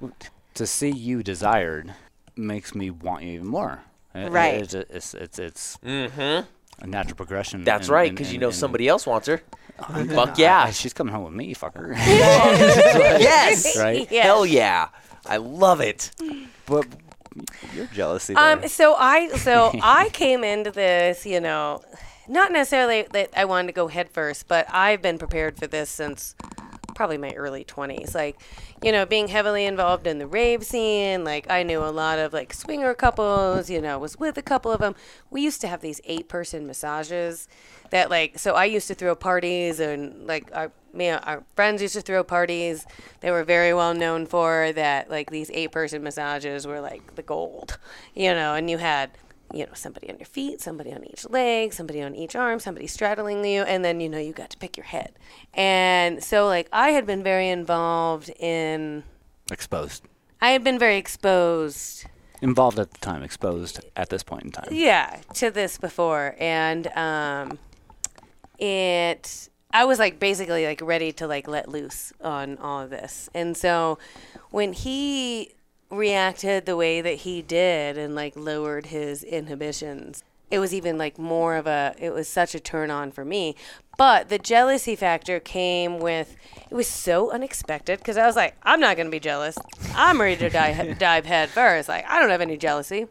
to see you desired makes me want you even more Uh, It- Right. it's it's it's, it's a natural progression Mm-hmm. That's in- right, in- because you in- know in- somebody else wants her. Fuck Uh, yeah, she's coming home with me, fucker. yes, right? Yeah. hell yeah, I love it. But your jealousy. Um, so I so I came into this, you know, not necessarily that I wanted to go head first, but I've been prepared for this since probably my early 20s like you know being heavily involved in the rave scene like i knew a lot of like swinger couples you know was with a couple of them we used to have these eight person massages that like so i used to throw parties and like our me and our friends used to throw parties they were very well known for that like these eight person massages were like the gold you know and you had you know, somebody on your feet, somebody on each leg, somebody on each arm, somebody straddling you, and then, you know, you got to pick your head. And so, like, I had been very involved in, Exposed. I had been very exposed Involved at the time, exposed at this point in time. yeah to this before and um it i was like basically like ready to like let loose on all of this and so when he reacted the way that he did and like lowered his inhibitions it was even like more of a it was such a turn on for me but the jealousy factor came with it was so unexpected because i was like i'm not going to be jealous i'm ready to dive, dive head first like i don't have any jealousy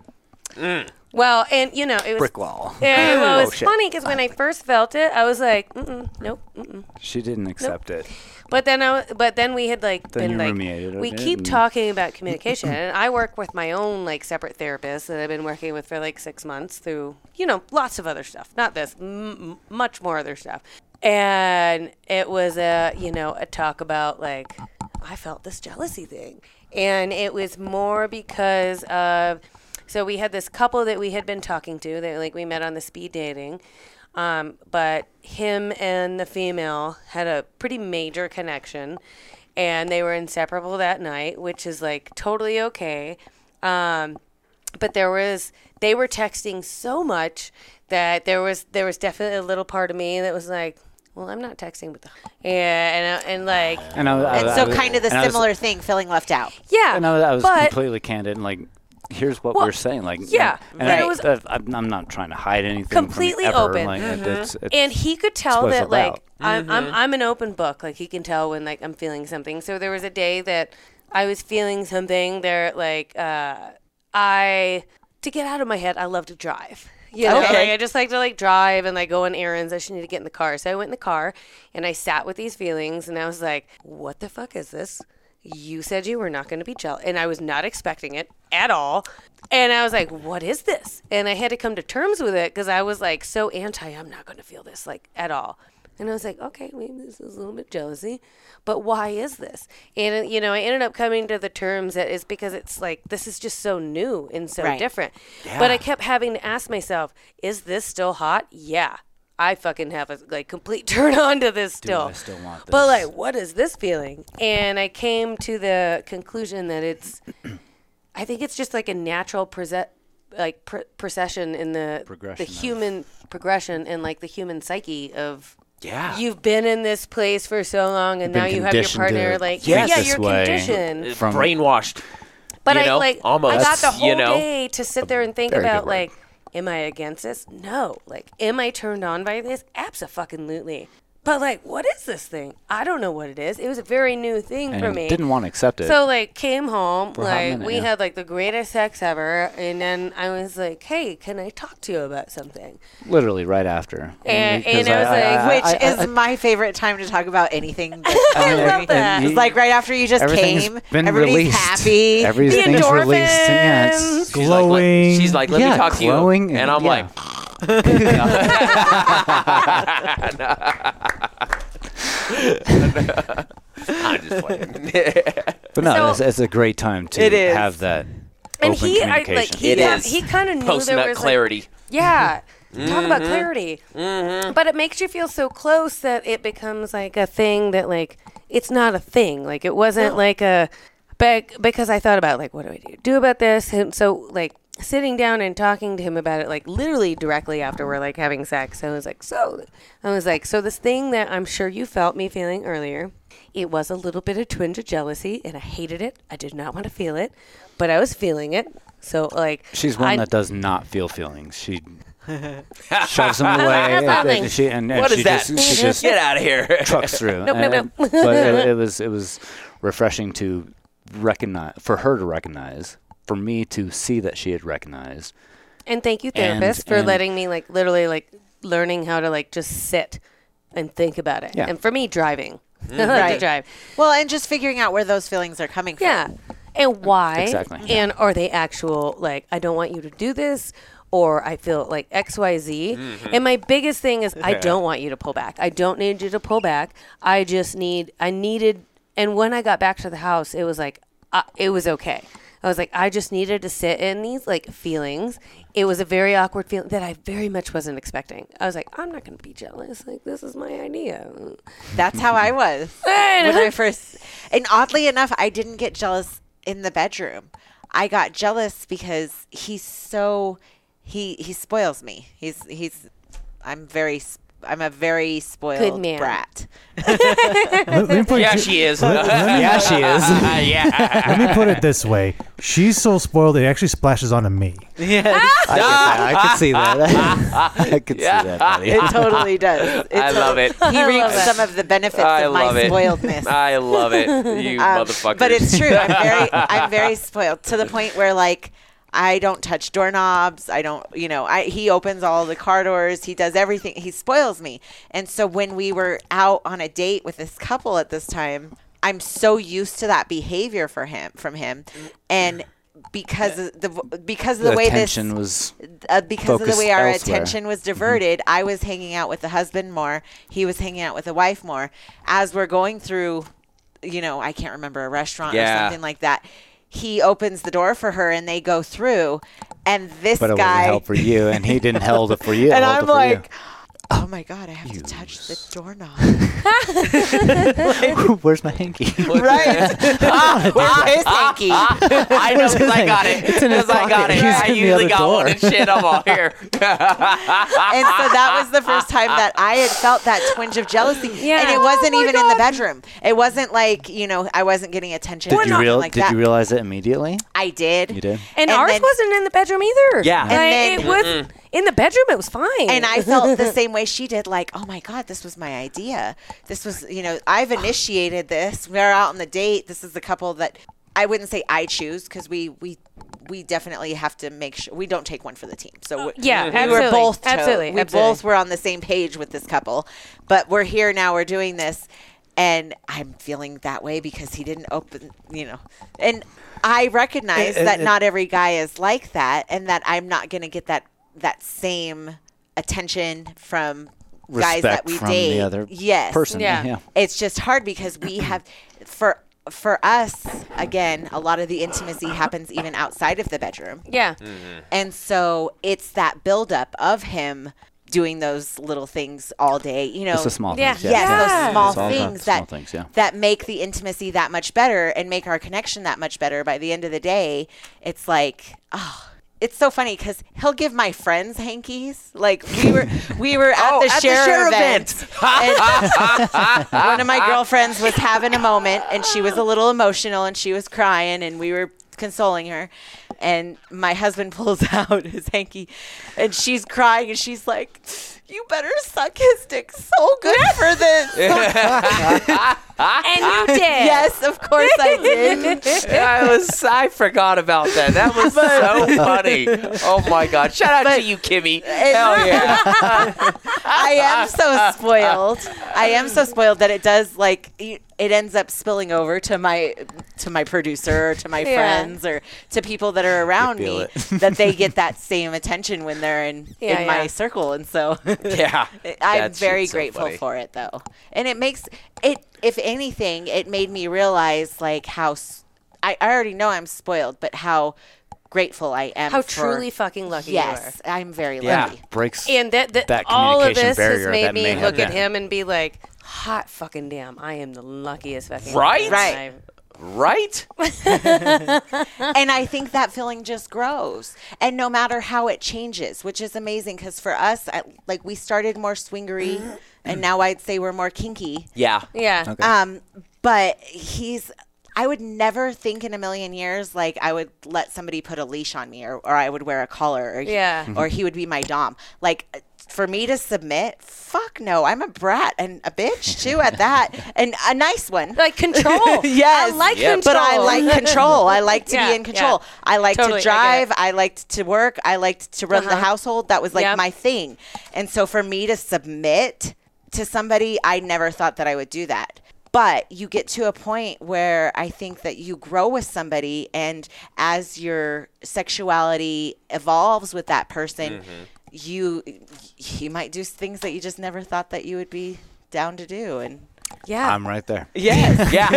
well, and you know, it was Mm. Brick wall. Yeah, well, it's Oh, shit. funny because when I first felt it, I was like, mm-mm, nope. Mm-mm. She didn't accept it. But then I, w- but then we had like Then you been like, ruminated on we it keep and- talking about communication, and I work with my own like separate therapist that I've been working with for like six months through you know lots of other stuff, not this, m- m- much more other stuff. And it was a you know a talk about like I felt this jealousy thing, and it was more because of so we had this couple that we had been talking to that like we met on the speed dating um, but him and the female had a pretty major connection and they were inseparable that night which is like totally okay um, but there was they were texting so much that there was there was definitely a little part of me that was like well i'm not texting with the yeah and, and like And, I, I, And I so, was- kind of the and I was- similar thing, feeling left out. yeah And I was, I was but completely candid and like, here's what Well, we're saying. Like, yeah, and I- right. It was- that- I'm, I'm not trying to hide anything. from you Completely ever, open. Mm-hmm. Like, it- it's, it's, and he could tell what it's that like about. I'm, I'm I'm an open book. Like he can tell when like I'm feeling something. So there was a day that I was feeling something. There like uh, I to get out of my head. I love to drive. You know, Okay. like I just like to like drive and like go on errands. I should need to get in the car. So I went in the car and I sat with these feelings and I was like, what the fuck is this? You said you were not going to be jealous. And I was not expecting it at all. And I was like, what is this? And I had to come to terms with it because I was like so anti, I'm not going to feel this like at all. And I was like, okay, maybe this is a little bit jealousy, but why is this? And, uh, you know, I ended up coming to the terms that it's because it's like, this is just so new and so Right. different. But I kept having to ask myself, is this still hot? Yeah. I fucking have a like complete turn on to this still. I still want But this? like, what is this feeling? And I came to the conclusion that it's, I think it's just like a natural prese- like pr- procession in the Progression the of- human progression and like the human psyche of Yeah. you've been in this place for so long and been now you have your conditioned to partner like think yeah this you're way. conditioned From- brainwashed. but you i know, like i almost, got the whole you know? day to sit there and think very good about word. like am i against this no like am i turned on by this absolutely but like what is this thing i don't know what it is it was a very new thing and for me didn't want to accept it. so like came home, a hot like minute, we yeah. had like the greatest sex ever, and then I was like, "Hey, can I talk to you about something?" literally right after. And- because and I was like, Which I- I- is my favorite time to talk about anything. That's I mean, love everything- that. you- It's like right after you just everything's came, been everybody's released. happy. Everything's The released. Yeah, it's- She's like, let- Glowing. she's like, let Yeah, me talk glowing to and- you. And I'm like, yeah. I'm just playing. but no, So- it's, it's a great time to It is. have that. And open he, I, like, communication. he, It kin- is. he kind of knew Post there nut was like, clarity. Yeah. Mm-hmm. Talk about clarity. But it makes you feel so close that it becomes like a thing that like it's not a thing. Like it wasn't like a bec- because I thought about like what do I do do about this? And so like sitting down and talking to him about it like literally directly after we're like having sex. I was like, "So." I was like, "So this thing that I'm sure you felt me feeling earlier, it was a little bit of twinge of jealousy and I hated it. I did not want to feel it, but I was feeling it." So like She's one I- that does not feel feelings. She shoves them away. have and- and feelings. she, and, and What she is that? Just, she just Get out of here. trucks through. Nope, nope, And- nope. but it, it was it was refreshing to recognize for her to recognize, for me to see that she had recognized. And thank you, And- therapist, for and- letting me like literally like learning how to like just sit and think about it. Yeah. And for me, driving. I like to Right. drive. Well, and just figuring out where those feelings are coming from. Yeah. And why? Exactly. And are they actual like I don't want you to do this or I feel like XYZ. And my biggest thing is I don't want you to pull back. I don't need you to pull back. I just need I needed and when I got back to the house, it was like uh, it was okay. I was like, I just needed to sit in these like feelings. It was a very awkward feeling that I very much wasn't expecting. I was like, I'm not going to be jealous. Like, this is my idea. That's how I was Right. when I first. And oddly enough, I didn't get jealous in the bedroom. I got jealous because he's so he he spoils me. He's he's I'm very s- I'm a very spoiled man. brat. Let, let me put Yeah, it, she is. Let, let me, Yeah, she is. Ah, yeah. let me put it this way: she's so spoiled it actually splashes onto me. I could see that. I could see that, buddy. It totally does. It I love it. He I love reaps it. some of the benefits I of my love it. spoiledness. I love it, you Um, motherfuckers. But it's true. I'm very, I'm very spoiled to the point where like I don't touch doorknobs. I don't, you know. I he opens all the car doors. He does everything. He spoils me. And so when we were out on a date with this couple at this time, I'm so used to that behavior for him from him, and because of the because of the, the way this attention was uh, because of the focused way our elsewhere. attention Mm-hmm. was diverted, I was hanging out with the husband more. He was hanging out with the wife more. As we're going through, you know, I can't remember a restaurant or Yeah. something like that. He opens the door for her, and they go through. And this but it wasn't guy, help for you, and he didn't hold it for you. and held it I'm for you. like, oh my god, I have to touch the doorknob. where's my hanky? right? Where's his hanky? I know 'cause I got it. Because I got it. pocket. He's I in the usually other got one door. and shit. I'm all here. and so that was the first time that I had felt that twinge of jealousy. Yeah. And it Oh wasn't my even in the bedroom. It wasn't like, you know, I wasn't getting attention or did you something real? like did that. you realize it immediately? I did. You did. And, And ours then- wasn't in the bedroom either. Yeah. Like, And then- it was in the bedroom. It was fine. And I felt the same way she did, like, oh my God, this was my idea. This was, you know, I've initiated this. We're out on the date. This is the couple that I wouldn't say I choose because we, we, we definitely have to make sure we don't take one for the team. Oh. So we, yeah, we absolutely, were both to- absolutely, we absolutely. both were on the same page with this couple, but we're here now. We're doing this, and I'm feeling that way because he didn't open, you know, and I recognize that not every guy is like that, and that I'm not going to get that that same attention from guys that Respect we from date. the other yes, person. Yeah. Yeah. it's just hard because we have for for us again a lot of the intimacy happens even outside of the bedroom yeah. and so it's that buildup of him doing those little things all day you know It's the small Yeah. things. yes Yeah. Yeah. those small It's all about things the small that things, yeah. that make the intimacy that much better and make our connection that much better by the end of the day it's like oh it's so funny because he'll give my friends hankies. Like we were, we were at, Oh, the, at the share share event. and one of my girlfriends was having a moment, and she was a little emotional, and she was crying, and we were consoling her. And my husband pulls out his hanky, and she's crying, and she's like, "You better suck his dick so good for this." And you did. Ah. yes, of course I did. I was. I forgot about that. That was so funny. Oh my god! Shout out to you, Kimmy. Hell yeah! I am so spoiled. I am so spoiled that it does like y- it ends up spilling over to my to my producer or to my Yeah. friends or to people that are around feel me it. that they get that same attention when they're in Yeah, in yeah. my circle and so Yeah. I'm That very shit's so grateful funny. for it though. And it makes it if anything it made me realize like how s- I, I already know I'm spoiled but how grateful I am How for- truly fucking lucky you are. Yes, I'm very lucky. Yeah. Breaks. And that, that, That all of communication this has barrier made that me may have look at been. him and be like, hot fucking damn, I am the luckiest fucking Right? man Right. I've- Right? and I think that feeling just grows, and no matter how it changes, which is amazing. Because for us, I, like we started more swingery, and now I'd say we're more kinky. Yeah. Yeah. Um, but he's. I would never think in a million years like I would let somebody put a leash on me or, or I would wear a collar or he, Yeah. or he would be my dom. Like for me to submit, fuck no. I'm a brat and a bitch too at that. And a nice one. Like control. Yes. I like Yeah. control. But I like control. I like to Yeah, be in control. yeah. I like Totally, I to get drive. it. I, liked to work. I liked to run the Uh-huh. household. That was like Yep. my thing. And so for me to submit to somebody, I never thought that I would do that. But you get to a point where I think that you grow with somebody, and as your sexuality evolves with that person, you you might do things that you just never thought that you would be down to do, and Yeah. I'm right there. Yes. Yeah.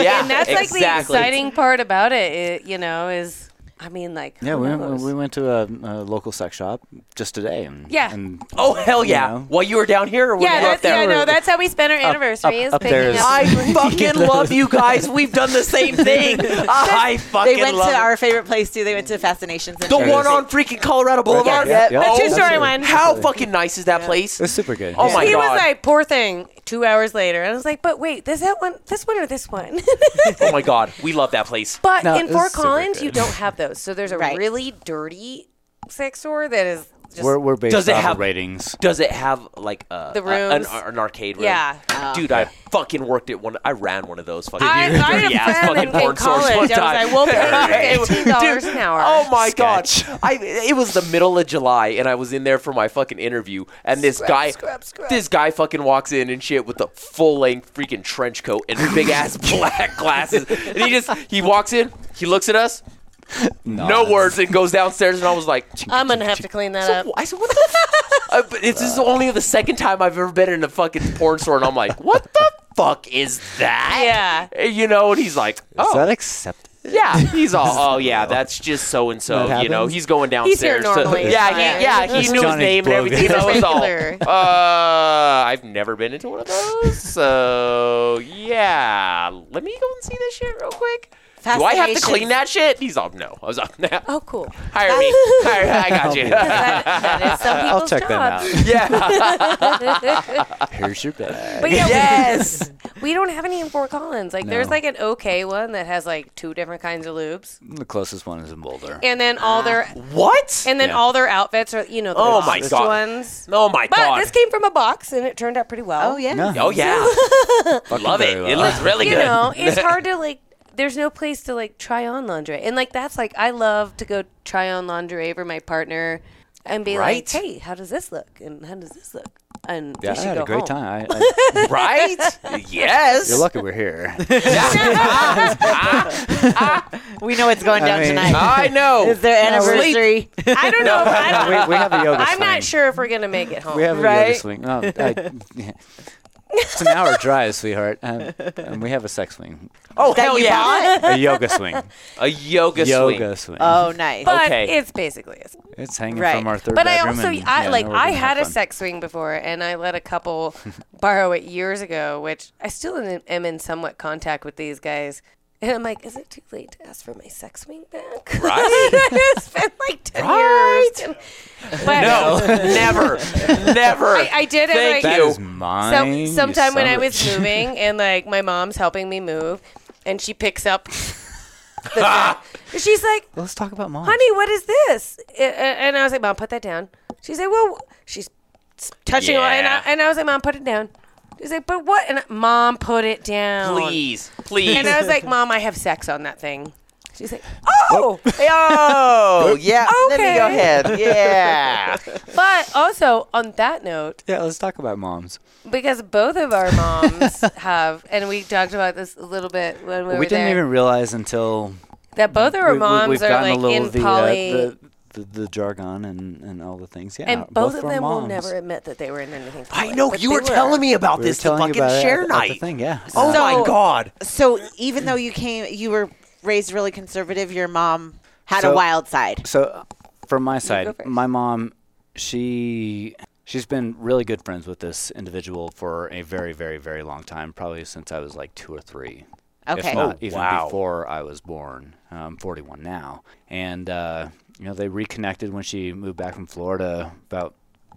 yeah. and that's exactly. like the exciting part about it, it, you know, is I mean, like Yeah, who we went, knows? we went to a, a local sex shop just today. And, Yeah. And Oh hell yeah! You know? While you were down here, or when yeah, you were up that's, yeah, there? no, that's how we spent our anniversary. is up picking there is- up- I fucking love you guys. We've done the same thing. I fucking They went to love it. our favorite place too. They went to Fascinations. in the Jersey. one on freaking Colorado Boulevard. Yep, yep. The two-story Oh, one. How fucking nice is that place? It was super good. Oh my he god! was like, poor thing. Two hours later, I was like, but wait, is that one, this one, or this one? oh my god! We love that place. but No, in it was Fort super Collins, good. you don't have those. So there's a Right. really dirty sex store that is just We're, we're based Does it off of have- ratings. Does it have like a, The a- an, rooms? an arcade room? Yeah. Ah. Dude, I fucking worked at one. I ran one of those fucking I, I had dirty a ass friend fucking in, in porn source college. I one time. was like, we'll pay It you was- fifteen dollars dude, an hour. Oh my god! I it was the middle of July and I was in there for my fucking interview and this guy this guy fucking walks in and shit with the full length freaking trench coat and big ass black glasses and he just he walks in he looks at us no words and goes downstairs and I was like I'm gonna have to clean that up. so, I said, what the f-? Uh, but it's, this is only the second time I've ever been in a fucking porn store, and I'm like, what the fuck is that? Yeah. You know, and he's like, oh. Is that acceptable? yeah, he's all. Oh yeah, that's just so and so. That You know, happens? he's going He's here downstairs. normally, to, it's yeah, fine. he, yeah, he It's knew his Johnny's name and everything. You blowgun. know, it's all. Regular. Uh, I've never been into one of those, so yeah. Let me go and see this shit real quick. Do I have to Fascinations. clean that shit? He's all no. I was all no. Oh, cool. Hire me. Hire, I got you. That, that is some I'll people's check that jobs. out. yeah. Here's your bag. But yeah, Yes. we, we don't have any in Fort Collins. Like, there's like an okay one that has like two different kinds of lubes, The closest one is in Boulder. and then Ah, all their What? and then Yeah. all their outfits are you know the Oh my loosest God. ones. oh my But god. this came from a box, and it turned out pretty well. Oh yeah. oh yeah. Love it. very It well. looks really you good. know, it's hard to like. There's no place to like try on lingerie, and like that's like I love to go try on lingerie for my partner, and be Right? like, hey, how does this look, and how does this look, and Yeah, we I should had go a great home. time. I, I, right? Yes. You're lucky we're here. We know it's going down mean- tonight. I know. It's their anniversary. I don't know. If, I don't, we, we have a yoga I'm swing. not sure if we're gonna make it home. We have a Right? yoga swing. No, I, yeah. It's an hour drive, sweetheart. Um, and we have a sex swing. oh That hell you yeah. bought? A yoga swing. A yoga, yoga swing. Oh nice. but Okay. it's basically a It's hanging Right. from our third but I bedroom. also and, I yeah, like no, we're I gonna have had a fun. sex swing before and I let a couple borrow it years ago, which I still in- am in somewhat contact with these guys. And I'm like, is it too late to ask for my sex swing back? Right. it's been like ten years. And- but No, never, never. I, I did. and, Thank like, That you. is mine. so you sometime when I son was of a- moving and like my mom's helping me move, and she picks up. Ah, the she's like, Let's talk about mom. honey, what is this? A- a- And I was like, mom, put that down. She's like, well, she's touching on it. And I, Yeah. and I was like, mom, put it down. She's like, but what? And I- mom, put it down. please, please. And I was like, mom, I have sex on that thing. She's like, oh, oh yeah. Let me go Okay. ahead. Yeah. but also on that note, Yeah, let's talk about moms. because both of our moms have, and we talked about this a little bit when we, We, were didn't there, even realize until that both of our we, moms have are gotten like a little in of the, poly. uh, the, the the jargon and and all the things. Yeah, and both, of our them will moms. never admit that they were in anything. I poly, know but you they were telling me about We were this the telling you fucking about it share at- at the night. thing, yeah. Uh, Oh So- my god. So even though you came, you were raised really conservative. Your mom had a So- wild side. So, from my go side, first. my mom, she she's been really good friends with this individual for a very, very, very long time. Probably since I was like two or three. Okay. If not Oh, even wow. before I was born. I'm 41 now, and uh, you know they reconnected when she moved back from Florida about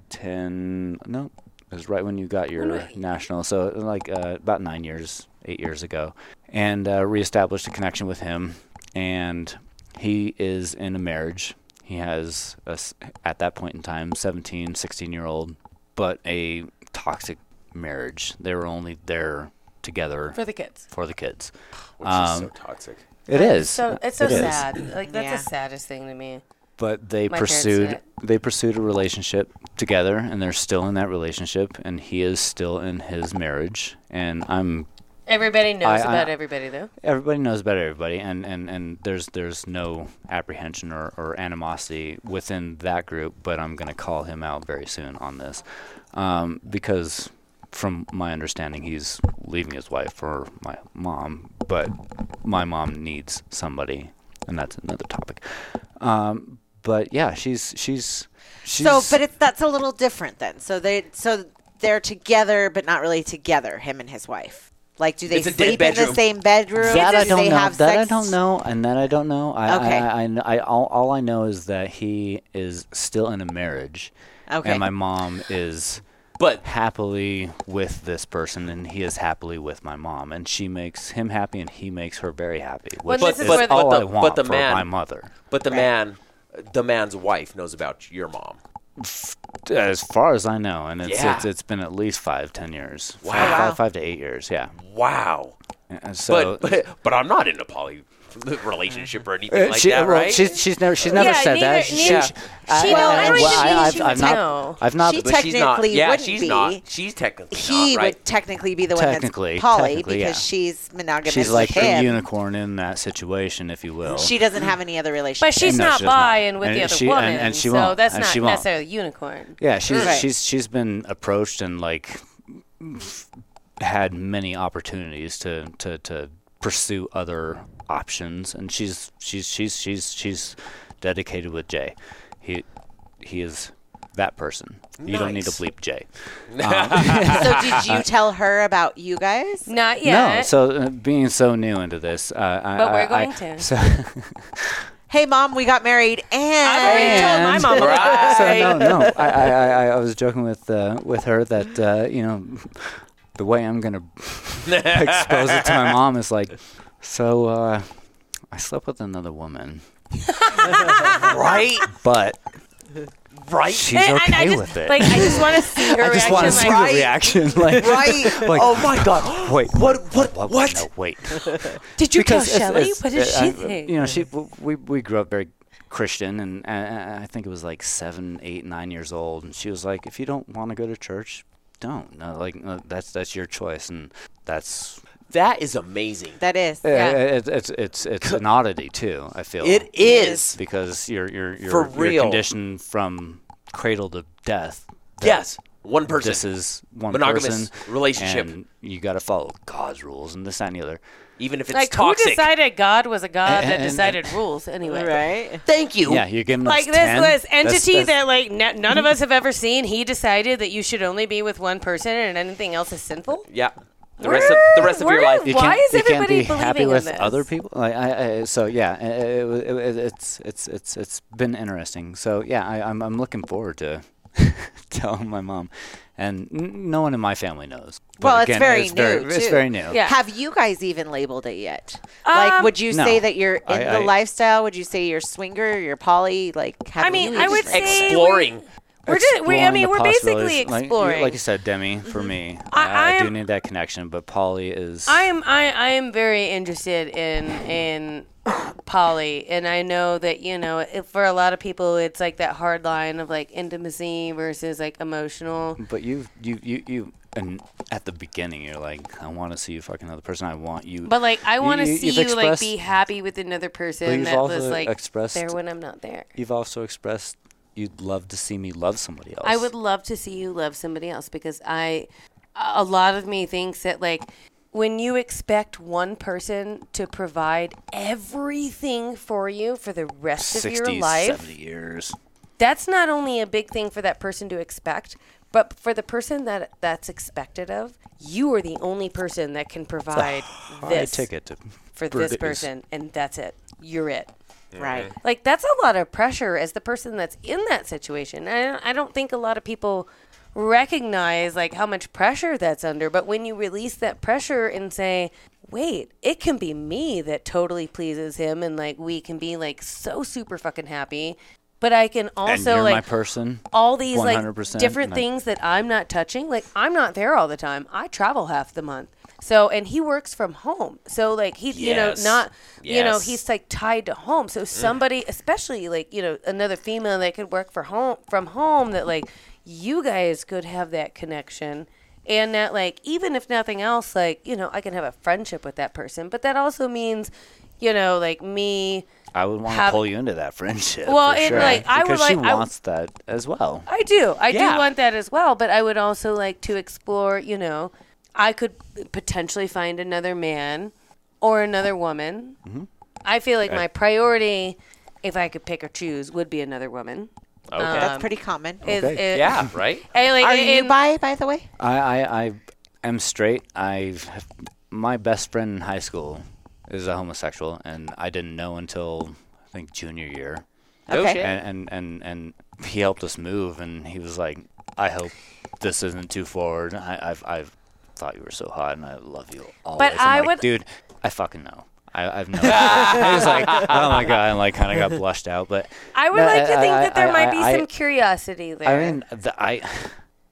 10. No, it was right when you got your national. So like uh, about nine years, eight years ago, and uh, reestablished a connection with him. And he is in a marriage. He has a s at that point in time 17, 16 year old, but a toxic marriage. They were only there together for the kids. for the kids. Which Um, toxic. It is. So it's so It is. sad. Like that's Yeah. the saddest thing to me. But they My parents did pursued it. they pursued a relationship together and they're still in that relationship and he is still in his marriage and I'm Everybody knows I- I- about everybody though. everybody knows about everybody and, and, and there's there's no apprehension or, or animosity within that group but i'm going to call him out very soon on this um, because from my understanding, he's leaving his wife for my mom, but my mom needs somebody, and that's another topic. Um, but yeah, she's she's she's So, but it's that's a little different then. So they so they're together, but not really together. Him and his wife. Like, do they It's a dead sleep in the bedroom. same bedroom? that I do don't they know. have that sex? I don't know, and that I don't know. I, Okay. I, I, I, all, all I know is that he is still in a marriage, Okay. and my mom is But happily with this person, and he is happily with my mom, and she makes him happy, and he makes her very happy. Which this is is where the- all but I the- want but the for man- my mother. but the man, the man's wife knows about your mom. As far as I know, and it's Yeah. it's, it's been at least five, ten years. Wow. Wow. five to eight years, yeah. Wow. And so, But, but but I'm not in a poly relationship or anything Uh, like she- that, well, right? She's, she's never she's never Yeah, said that. neither- She- neither- she- she- well, I don't think I've- she I've would not- know. I've not. She but But she's not. technically Yeah, wouldn't she's be. Not, she's technically He not, right? would technically be the one Technically, that's poly technically, yeah. because she's monogamous she's like with the him. unicorn in that situation, if you will. She doesn't have any other relationship. But she's No, not she does not. bi and with And the other she- and- woman, and she so won't. that's And not she won't. necessarily unicorn. yeah, she's Right. she's she's been approached and like had many opportunities to to to pursue other options, and she's she's she's she's she's dedicated with Jay. He he is that person. You don't need to Nice. bleep Jay. so did you tell her about you guys? Not yet. No, so uh, being so new into this, uh, I, But we're I- I- going to. So, Hey, mom, we got married, I've already and told my And- mom about that. so no, no. I, I, I, I was joking with uh, with her that uh, you know the way I'm gonna expose it to my mom is like, so uh, I slept with another woman, right? but Right? she's And- okay and I just, with it. Like I just want to see her I just want to see reaction. Like, the reaction. Like, right. like oh my god. wait, What- what- what? No, wait. did you tell because if- Shelly? if- What did uh, she I- think? You know, she w- we we grew up very Christian, and uh, I, I- I think it was like seven, eight, nine years old, and she was like, "If you don't want to go to church, don't. No, like no, that's that's your choice, and that's That is amazing. That is. uh, Yeah. it, it's it's it's an oddity too. I feel It is. because you're you're you're, For you're real. conditioned from cradle to death. that Yes. One person. This is one Monogamous person, relationship. and you got to follow God's rules and this that, and the other. Even if it's Like toxic. who decided God was a God And- that and- decided rules anyway? Right. Thank you. Yeah, you're giving Like us this 10. was That's- entity that's- that like n- none of us have ever seen. He decided that you should only be with one person and anything else is sinful. Yeah. The rest of the rest of your We're- life. we're- Why is you can't everybody be happy believing in with this? other people? Like, I, I, so yeah, i- i- it, wa- it, wa- it's it's it's it's been interesting. So yeah, I, I'm I'm looking forward to telling my mom, and n- no one in my family knows. But Well, it's again, very it's very, new, It's too. very new. Yeah. Have you guys even labeled it yet? like, Um, would you No. say that you're in I- the I- lifestyle? Would you say you're swinger? You're poly? Like, have I mean, you I even- would say we- Exploring. We're just, we, I Exploring mean, the we're basically possibilities. Like you- exploring. Mm-hmm. Like you said, Demi, for me, I- I, I, I do am- need that connection. But Polly is. I am I, I am very interested in in poly, and I know that you know it- for a lot of people it's like that hard line of like intimacy versus like emotional. But you, you, you, you, and at the beginning, you're like, I want to see you fuck another person. I want you. But like I want to You- see you've you like expressed- be happy with another person you've that was also like expressed- there when I'm not there. You've also expressed you'd love to see me love somebody else. I would love to see you love somebody else because I, a lot of me thinks that like when you expect one person to provide everything for you for the rest of 60, your life, 70 years. that's not only a big thing for that person to expect, but for the person that that's expected of, you are the only person that can provide Buy a this ticket to for produce. this person, and that's it. You're it. Right. Like that's a lot of pressure as the person that's in that situation. I don't, I don't think a lot of people recognize like how much pressure that's under. But when you release that pressure and say, "Wait, it can be me that totally pleases him," and like we can be like so super fucking happy. But I can And also you're like my person. all these 100%, like different and I- things that I'm not touching. Like I'm not there all the time. I travel half the month. So and he works from home. So like he you know Yes. not you know Yes. he's like tied to home. So somebody especially like you know another female that could work for home from home that like you guys could have that connection and that like even if nothing else like you know I can have a friendship with that person. But that also means you know like me I would want to Have- pull you into that friendship. Well, for and, sure. like, I would because she like- I w- wants that as well. I do. I Yeah. do want that as well, but I would also like to explore, you know, I could potentially find another man or another woman. Mm-hmm. I feel like my priority, if I could pick or choose, would be another woman. Oh. Okay. That's pretty common. Is- Okay. is- yeah, right? and, like, Are and- you bi, by the way? I, I, I am straight. I my best friend in high school is a homosexual, and I didn't know until I think junior year. No Okay. shit. And and and, and he helped us move, and he was like, "I hope this isn't too forward. I, I've I've thought you were so hot, and I love you always." I'm I like, would- dude, I fucking know. I, I've known. I was like, oh my god, and like kind of got blushed out, but I would No, like to I- think I- that there I- might I- be I- some curiosity there. I mean, the, I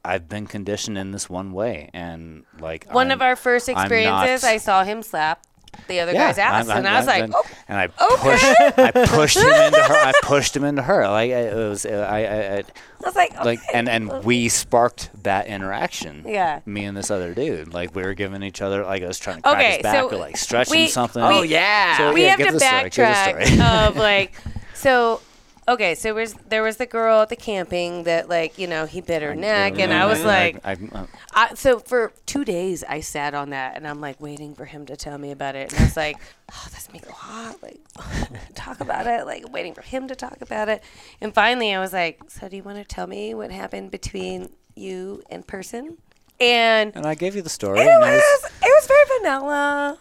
I've been conditioned in this one way, and like One I'm- of our first I'm not- experiences, I saw him slap the other guy's ass, I'm- and I'm- i was like, and, oh, and I pushed, I pushed him into her. I pushed him into her. Like I- it was, uh, I, I, I I was like, like, okay. and and we sparked that interaction. Yeah. me and this other dude, like we were giving each other, like I was trying to crack Okay, his back so or like stretch we- him something. we- Oh, yeah. So- we yeah, have give to the story, give the backtrack story. of like so okay so was, there was the girl at the camping that like you know he bit her neck and i was like I, I, I, so for two days i sat on that and i'm like waiting for him to tell me about it and i was like oh this makes a lot like talk about it like waiting for him to talk about it and finally i was like so do you want to tell me what happened between you and person and it and I gave you the story. and I was- was it was very vanilla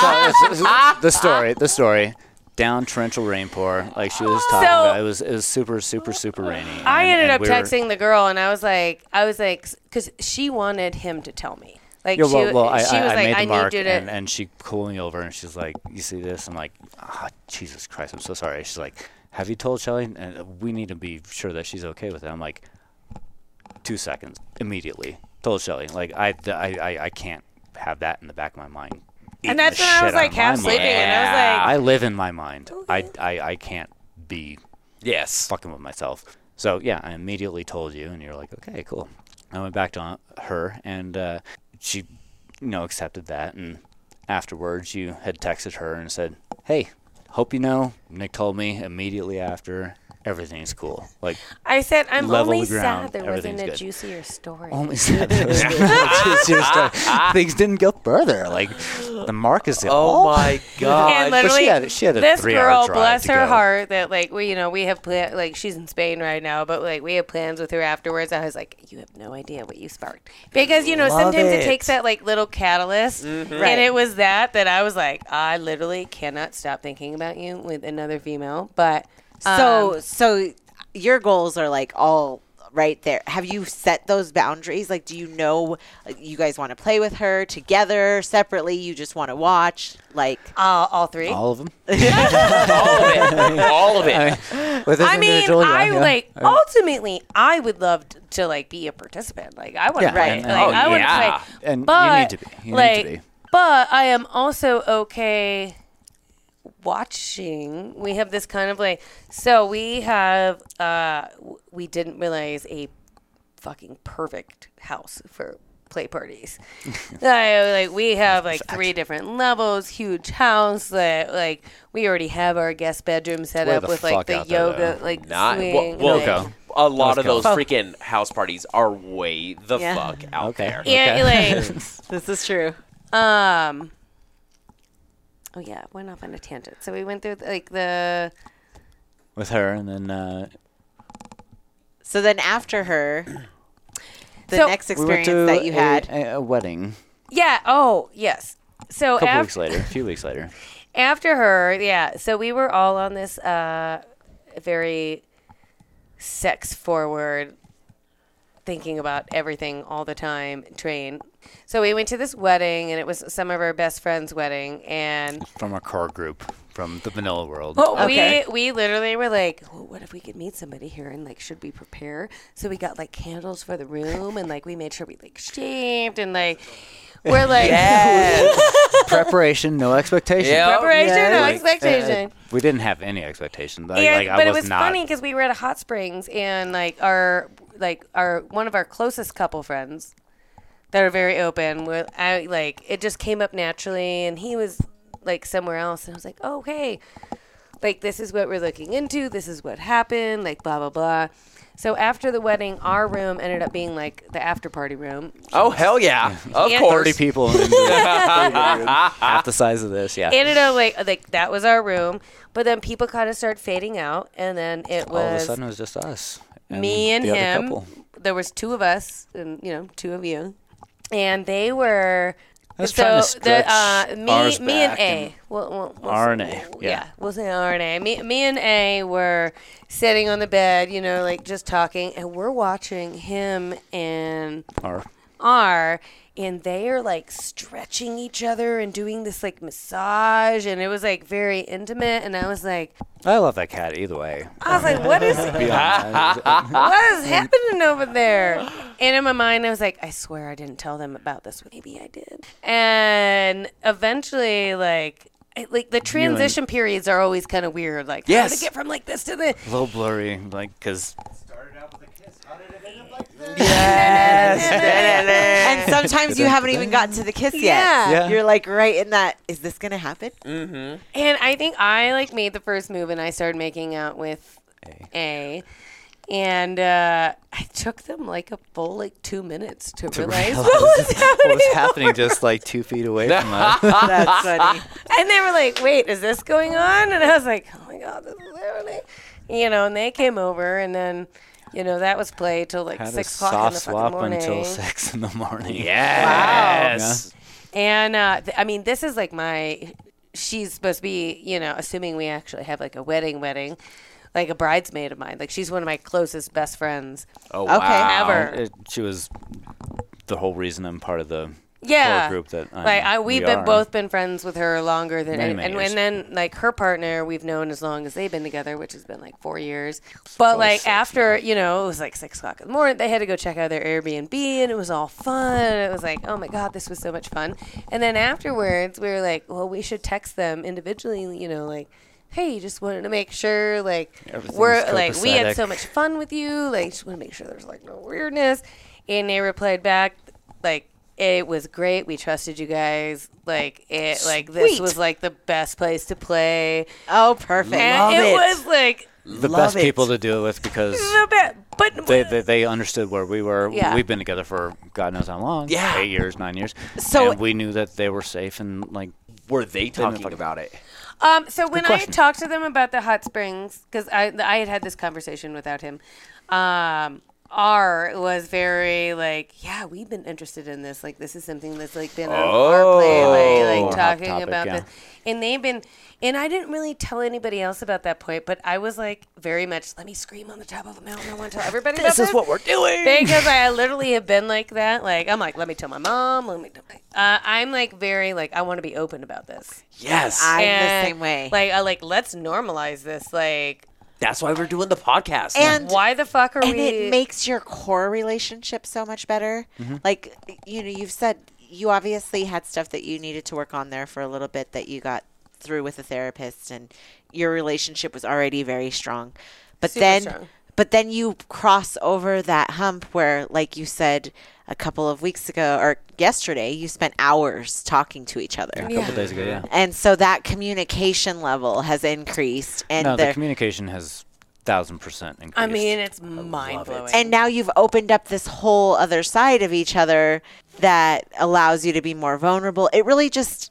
So, the story, the story. Down torrential rain pour, like she was talking So- about. It was it was super super super rainy. I and- ended and up we were- texting the girl, and I was like, I was like, because she wanted him to tell me. Like Yeah, she, well, well, I, she I, was I like, made the I mark, need you to. and, and she called me over, and she's like, "You see this?" I'm like, "Ah, Jesus Christ, I'm so sorry." She's like, "Have you told Shelly?" And uh, we need to be sure that she's okay with it. I'm like, two seconds, immediately told Shelly. Like, I, th- I, I, I can't have that in the back of my mind. Eating that's the when I shit was, out of like, my half mind. sleeping, and I was Yeah. I live in my mind. I, I, I can't be yes. fucking with myself. So yeah, I immediately told you, and you're like, okay, cool. I went back to uh, her, and uh, she, you know, accepted that. And afterwards, you had texted her and said, hey, hope you know. Nick told me immediately after everything's cool. Like I said, I'm level only the ground, sad there everything's wasn't a good. juicier story. only said that it was- it's just, uh, things didn't go further. Like the mark is Oh, my God. and Uh, but she literally, had- she had a this three-hour girl, drive bless to her go. heart, that like we, you know, we have plan, like she's in Spain right now, but like we have plans with her afterwards. I was like, you have no idea what you sparked because you know sometimes it. it. takes that like little catalyst, Mm-hmm. Right. and it was that that I was like, I literally cannot stop thinking about you with another female, but. Um, So, so your goals are like all right there. Have you set those boundaries? Like, do you know like, you guys want to play with her together, separately? You just want to watch? Like, Uh, all three. all of them. all of it. All of it. With this I mean, individual, yeah, I yeah. like ultimately, I would love t- to like be a participant. Like I want to Yeah, play. and- Like, and- Oh, I want yeah. to play. And you need but, to be. You need to like, be. But I am also okay watching. We have this kind of like. So we have. uh w- We didn't realize a fucking perfect house for play parties. Uh, like we have like three different levels, huge house that like we already have our guest bedroom set Way up the with fuck like the out there, yoga though. like Not swing. well, like- Okay. a lot of go. those freaking house parties are way the Yeah. fuck out there. Yeah, this is true. like um. Oh yeah, went off on a tangent. So we went through like the With her, and then uh, So then after her, the So- next we went experience to that you a- had. a, a wedding. yeah. Oh yes. So A couple af- weeks later, a few weeks later. after her, yeah. So we were all on this uh, very sex forward, thinking about everything all the time train. So we went to this wedding, and it was some of our best friends' wedding, and from our core group from the vanilla world. But Okay. we we literally were like, well, what if we could meet somebody here and like, should we prepare? So we got like candles for the room, and like we made sure we like shaved, and like we're like Preparation, no expectation. Yeah. preparation, Yeah, no like, expectation. We didn't have any expectation. Like, And- like, I uh, but was, it was not. funny because we were at a hot springs and like our like our one of our closest couple friends that are very open. were- I like it just came up naturally, and he was like somewhere else. And I was like, oh, okay, like this is what we're looking into. This is what happened. Like blah blah blah. So after the wedding, our room ended up being like the after party room. Oh hell yeah! Of Yeah. course. 30 people in the- half the size of this. Yeah. Ended up uh, like like that was our room, but then people kind of started fading out, and then it All of a was sudden, it was just us. me and the other him. couple. There was two of us, and you know, two of you, and they were. I was so trying to stretch the uh, me, ours me and back A, and- we'll, we'll, we'll R and say- A, yeah. yeah. we'll say R and A. Me, me and A were sitting on the bed, you know, like just talking, and we're watching him and Our- are and they are like stretching each other and doing this like massage and it was like very intimate and i was like I love that cat either way. i was like what is what is happening over there and in my mind i was like i swear i didn't tell them about this maybe i did and eventually like I- like the transition periods are always kind of weird like how Yes. to get from like this to the A little blurry, like, because and sometimes you haven't even gotten to the kiss yet. Yeah. Mm. Yeah. You're like right in that. Is this gonna happen? And I think I like made the first move, and I started making out with A, and uh, I took them like a full like two minutes to, realize, what was happening. what was happening just like two feet away from us. That's funny. and they were like, "Wait, is this going on?" And I was like, "Oh my god, this is happening," you know. And they came over, and then you know that was play till like Had a six o'clock in soft the fucking swap morning. until six in the morning. Yes. And uh, th- I mean, this is like my. She's supposed to be, you know, assuming we actually have like a wedding, wedding, like a bridesmaid of mine. Like she's one of my closest best friends Oh Okay. wow. ever. It, she was the whole reason I'm part of the yeah, core group that I'm, like I, we've we been are. both been friends with her longer than Many, any- many and, years. and then like her partner we've known as long as they've been together, which has been like four years. But like after you know it was like six o'clock in the morning, they had to go check out their Airbnb, and it was all fun. It was like oh my god, this was so much fun. And then afterwards, we were like, well, we should text them individually, you know, like. Hey, just wanted to make sure, like Everything's we're like we had copacetic. so much fun with you, like just want to make sure there's like no weirdness. And they replied back, like it was great. We trusted you guys. Like it, like this was like the best place to play, Oh, perfect. and it, it. was like the best people to do it with because the best. But they, they they understood where we were. Yeah. We've been together for God knows how long. Yeah. eight years, nine years. So- and we knew that they were safe and like Were they talking fucking- about it? um, so when I question. talked to them about the hot springs, because I I had had this conversation without him, um, R was very like, yeah, we've been interested in this. Like this is something that's like been on our play, like, Oh. like Hot talking topic, about yeah. this. And they've been, and I didn't really tell anybody else about that point, but I was like very much, let me scream on the top of a mountain. I want to tell everybody about This is what we're doing. because I literally have been like that. Like I'm like, let me tell my mom. Let me. Tell my, uh, I'm like very like I want to be open about this. yes. I'm And, the same way. Like I like let's normalize this. Like That's why we're doing the podcast. and why the fuck are and we? Mm-hmm. it makes your core relationship so much better. Like you know, you've said you obviously had stuff that you needed to work on there for a little bit that you got through with a therapist, and your relationship was already very strong. But Super then, strong. but then you cross over that hump where, like you said a couple of weeks ago or yesterday, you spent hours talking to each other. a couple days ago. Yeah, And so that communication level has increased, and no, the there- communication has thousand percent increased. I mean, it's mind blowing. and now you've opened up this whole other side of each other that allows you to be more vulnerable it really just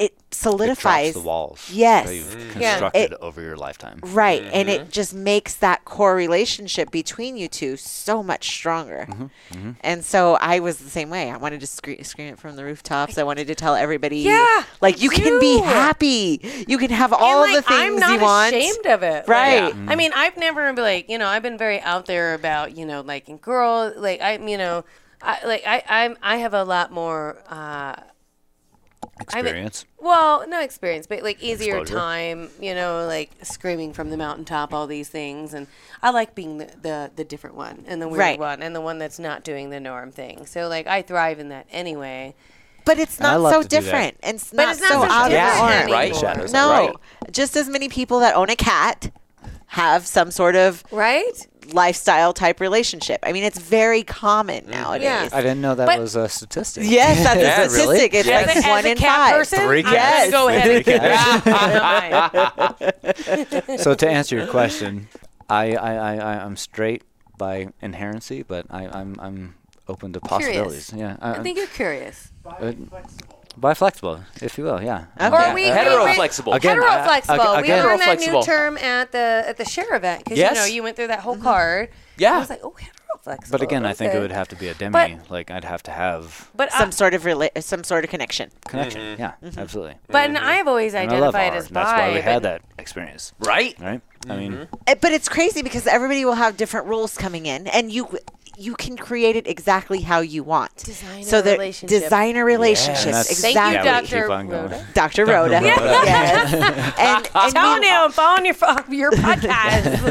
it it drops solidifies the walls. Yes. that you've Mm. Yeah. constructed It- over your lifetime. right and Mm-hmm. it just makes that core relationship between you two so much stronger Mm-hmm, and so i was the same way i wanted to scre- scream it from the rooftops i wanted to tell everybody Yeah, like you can be you. happy you can have all and, like, the things I'm not you want ashamed of it. Like, Right. I mean, I've never been like, you know, I've been very out there about, you know, liking girls. Like I'm, you know, I like I I'm I have a lot more uh Experience. well, no experience, but like easier Exposure. time, you know, like screaming from the mountaintop, all these things, and I like being the the, the different one and the weird Right. one and the one that's not doing the norm thing. So like I thrive in that anyway. But it's I not love so to do that. different. And it's But not it's not so so out of different the norm. anymore. Right. Shadows, No. right. Just as many people that own a cat have some sort of Right? lifestyle type relationship. I mean, it's very common nowadays. I didn't know that But- was a statistic. Yes, that's Yeah, a statistic. It's As like a- as one a in cat five. person, Three I'm gonna cats. Go ahead. and give it up. So to answer your question, I I I I- I'm straight by inherency, but I I'm I'm open to possibilities. Yeah, I, I think you're curious. by flexible, if you will. Yeah. Okay. Or are we Hetero we- we- flexible. Again, hetero I- I- flexible. I- we again- learned that Heteroflexible. new term at the at the share event because Yes. you know you went through that whole card. Yeah. I was like, oh, hetero flexible. But again, I think okay. it would have to be a demi. But- like I'd have to have But I- Some sort of rela- some sort of connection. connection. Yeah, absolutely. but and I've always And I love identified R. as That's bi. why we but- had that experience, right? right? I mean, Uh, But it's crazy because everybody will have different rules coming in, and you you can create it exactly how you want. Design so a the relationship. designer relationships, that's- exactly. Thank you, yeah, we Dr. keep on going. Rhoda. Dr. Rhoda. Rhoda. Yes. and, and Tell we- him, phone your fo- your podcast.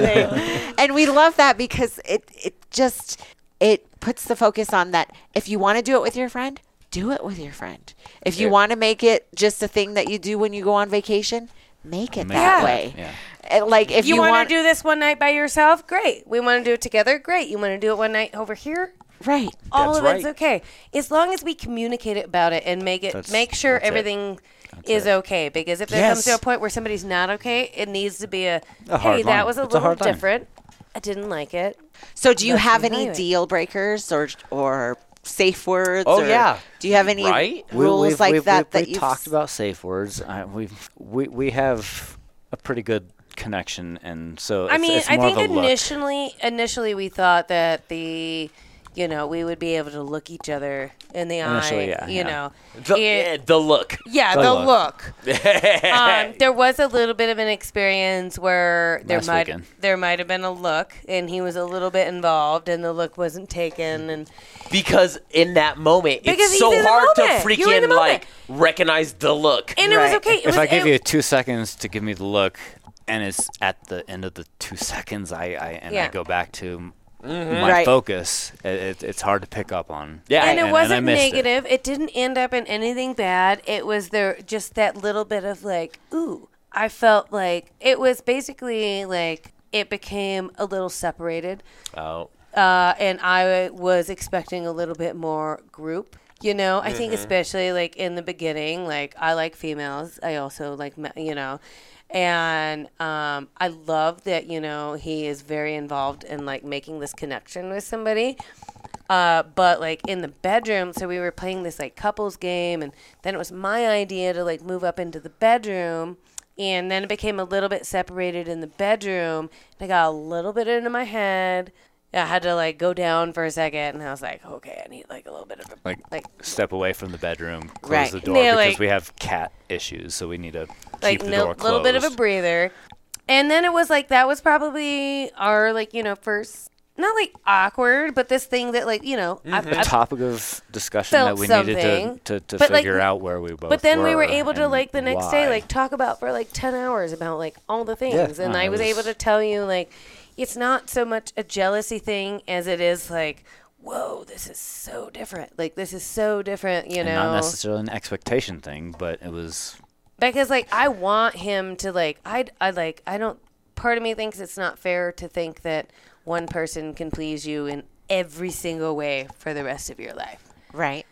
Like, and we love that because it it just it puts the focus on that if you want to do it with your friend do it with your friend if you want to make it just a thing that you do when you go on vacation make it that it. way Yeah. Uh, like if you, you want want to do this one night by yourself? Great. We want to do it together? Great. You want to do it one night over here? right all That's of it's right. okay as long as we communicate about it and make it That's- make sure that's it. everything is okay because if there comes to a Yes. point where somebody's not okay it needs to be a, A hard hey that line. was a It's a little hard line. different i didn't like it so do you Let's have any evaluate. deal breakers or or safe words Oh, or yeah. do you have any Right? We- rules we've, like we've, that we've, that we you've talked about safe words. I, we've we we have a pretty good connection, and so it's, i mean it's i more think of a look. initially initially we thought that the you know we would be able to look each other in the Initially, yeah, eye you yeah. know The, It- yeah, the look. Yeah, The the look. look. um, there was a little bit of an experience where there Last might weekend. there might have been a look, and he was a little bit involved, and the look wasn't taken, and Because in that moment, Because it's he's so in the hard to moment. You're in the freaking moment. like recognize the look. and it was Right. okay. It if was, I give it- you two seconds to give me the look, and it's at the end of the two seconds, I, I and Yeah. I go back to m- my Right. focus. It, it, it's hard to pick up on. Yeah. and And- it and I wasn't missed it. negative. It. didn't end up in anything bad. It was there just that little bit of like, ooh, I felt like it was basically like it became a little separated. oh. uh, and I was expecting a little bit more group. You know, I think Mm-hmm. especially like in the beginning, like I like females. I also like ma- you know, and um, I love that you know he is very involved in like making this connection with somebody. Uh, but like in the bedroom, so we were playing this like couples game, and then it was my idea to like move up into the bedroom, and then it became a little bit separated in the bedroom. And I got a little bit into my head. I had to like go down for a second, and I was like, okay, I need like a little bit of a Like, like step away from the bedroom, close Right. the door Yeah, because like- we have cat issues, so we need to like keep the no, door closed. little bit of a breather. And then it was like that was probably our like you know first not like awkward, but this thing that like you know I've, the I've topic of discussion that felt we something, needed to, to, to but, like, figure out where we both But then we were able to and like the next day why. like talk about for like 10 hours about like all the things and no, I Ah, it was, able was- to tell you like it's not so much a jealousy thing as it is like whoa this is so different like this is so different you And know not necessarily an expectation thing, but it was because like I want him to like I I like I don't part of me thinks it's not fair to think that one person can please you in every single way for the rest of your life. right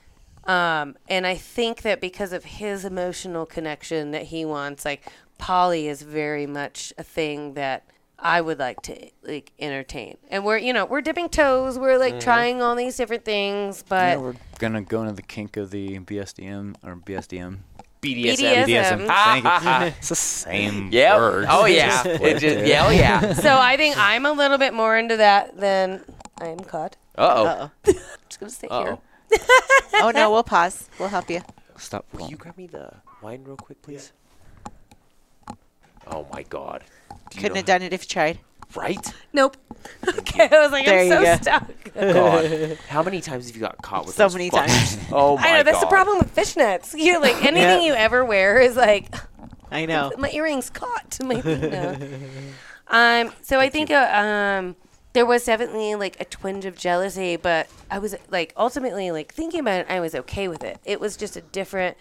Um, and I think that because of his emotional connection that he wants, like Polly is very much a thing that I would like to like entertain. And we're you know we're dipping toes. We're like trying all these different things, Mm-hmm. yeah, but we're gonna go into the kink of the BSDM or BSDM. BDSM. BDSM. Thank you. it's the same Yeah. word. Oh yeah. It just, yeah. Oh yeah. so I think I'm a little bit more into that than I am caught. Uh oh. Just gonna sit Uh here. oh. oh no we'll pause we'll help you Stop. Will you grab me the wine real quick, please? Oh my God. Do you couldn't know have done it if you tried how- Right? Nope. Okay, I was like Mm-hmm. There you I'm so go. Oh stuck. God. How many times have you got caught with So those many fuckers? times. Oh my I know that's God. the problem with fishnets. You like anything you ever wear is like i know my earrings caught to my no. Um, so I think uh, um, there was definitely like a twinge of jealousy, but I was like ultimately like thinking about it, I was okay with it. It was just a different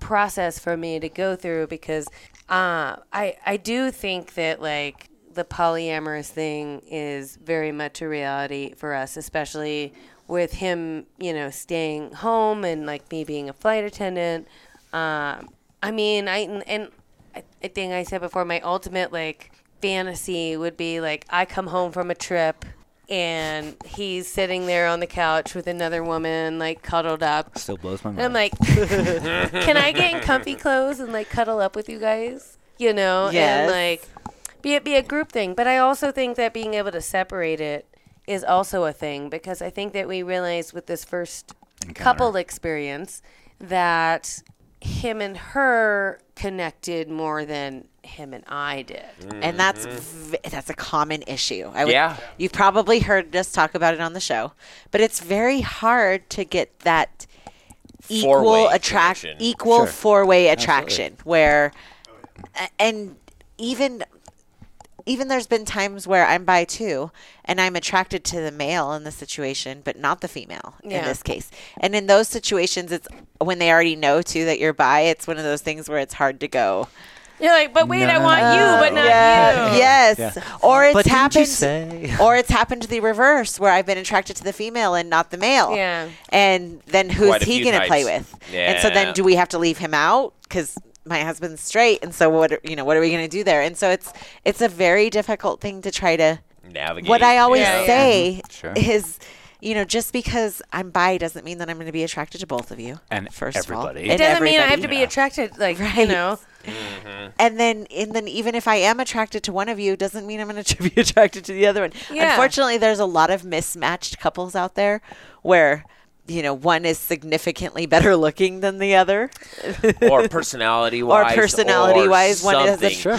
process for me to go through because uh, I I do think that like the polyamorous thing is very much a reality for us, especially with him, you know, staying home and like me being a flight attendant. Um, I mean, I and, and I, I think I said before, my ultimate like fantasy would be like I come home from a trip and he's sitting there on the couch with another woman, like cuddled up. Still blows my mind. And I'm like, can I get in comfy clothes and like cuddle up with you guys? You know, Yes. and like be it be a group thing. But I also think that being able to separate it is also a thing because I think that we realized with this first couple experience that him and her connected more than him and I did. Mm. and that's v- that's a common issue. I would, Mm-hmm. Yeah. you've probably heard us talk about it on the show, but it's very hard to get that equal Four-way attract connection. equal four-way attraction where a- and even even there's been times where I'm bi too and I'm attracted to the male in the situation but not the female in Yeah. this case. And in those situations it's when they already know too that you're bi, it's one of those things where it's hard to go. You're like, but wait, I No. want you, but not Yeah. Uh, you. Yes. Or it's But didn't happened. you say? or it's happened the reverse, where I've been attracted to the female and not the male. Yeah. And then who's Quite a he few going to types. play with? And so Yeah. then do we have to leave him out because my husband's straight? And so what? Are, you know, what are we going to do there? And so it's it's a very difficult thing to try to. Navigate. What I always Yeah, yeah. say Mm-hmm. Sure. is. You know, just because I'm bi doesn't mean that I'm going to be attracted to both of you. And first of all, everybody. It And doesn't mean I everybody. have to be attracted, like you Right. know. And then, and then, even if I am attracted to one of you, doesn't mean I'm going to be attracted to the other one. Yeah. Unfortunately, there's a lot of mismatched couples out there where, you know, one is significantly better looking than the other, or personality wise, or personality wise, one has a much better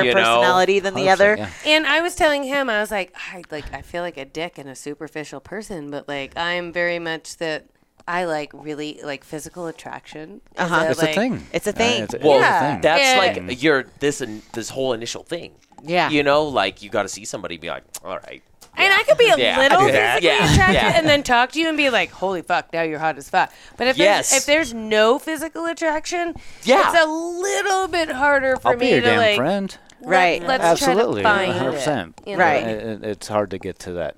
100%. You know? personality than the 100%, other. Oh, yeah. And I was telling him, I was like, I like, I feel like a dick and a superficial person, but like, I'm very much that I like really like physical attraction. is Uh-huh. a, It's like, a thing. It's a Uh, thing. it's, Well, it's a Yeah. thing. that's Yeah. like your this and this whole initial thing. Yeah. You know, like you got to see somebody, and be like, all right. And I could be a Yeah. little Yeah. physically Yeah. attracted, Yeah. and then talk to you and be like, "Holy fuck, now you're hot as fuck." But if Yes. there's, if there's no physical attraction, Yeah. it's a little bit harder for I'll me be your to damn like. friend. Right. Let's Absolutely, try to find hundred percent. it. you know? Right. It, it- it's hard to get to that.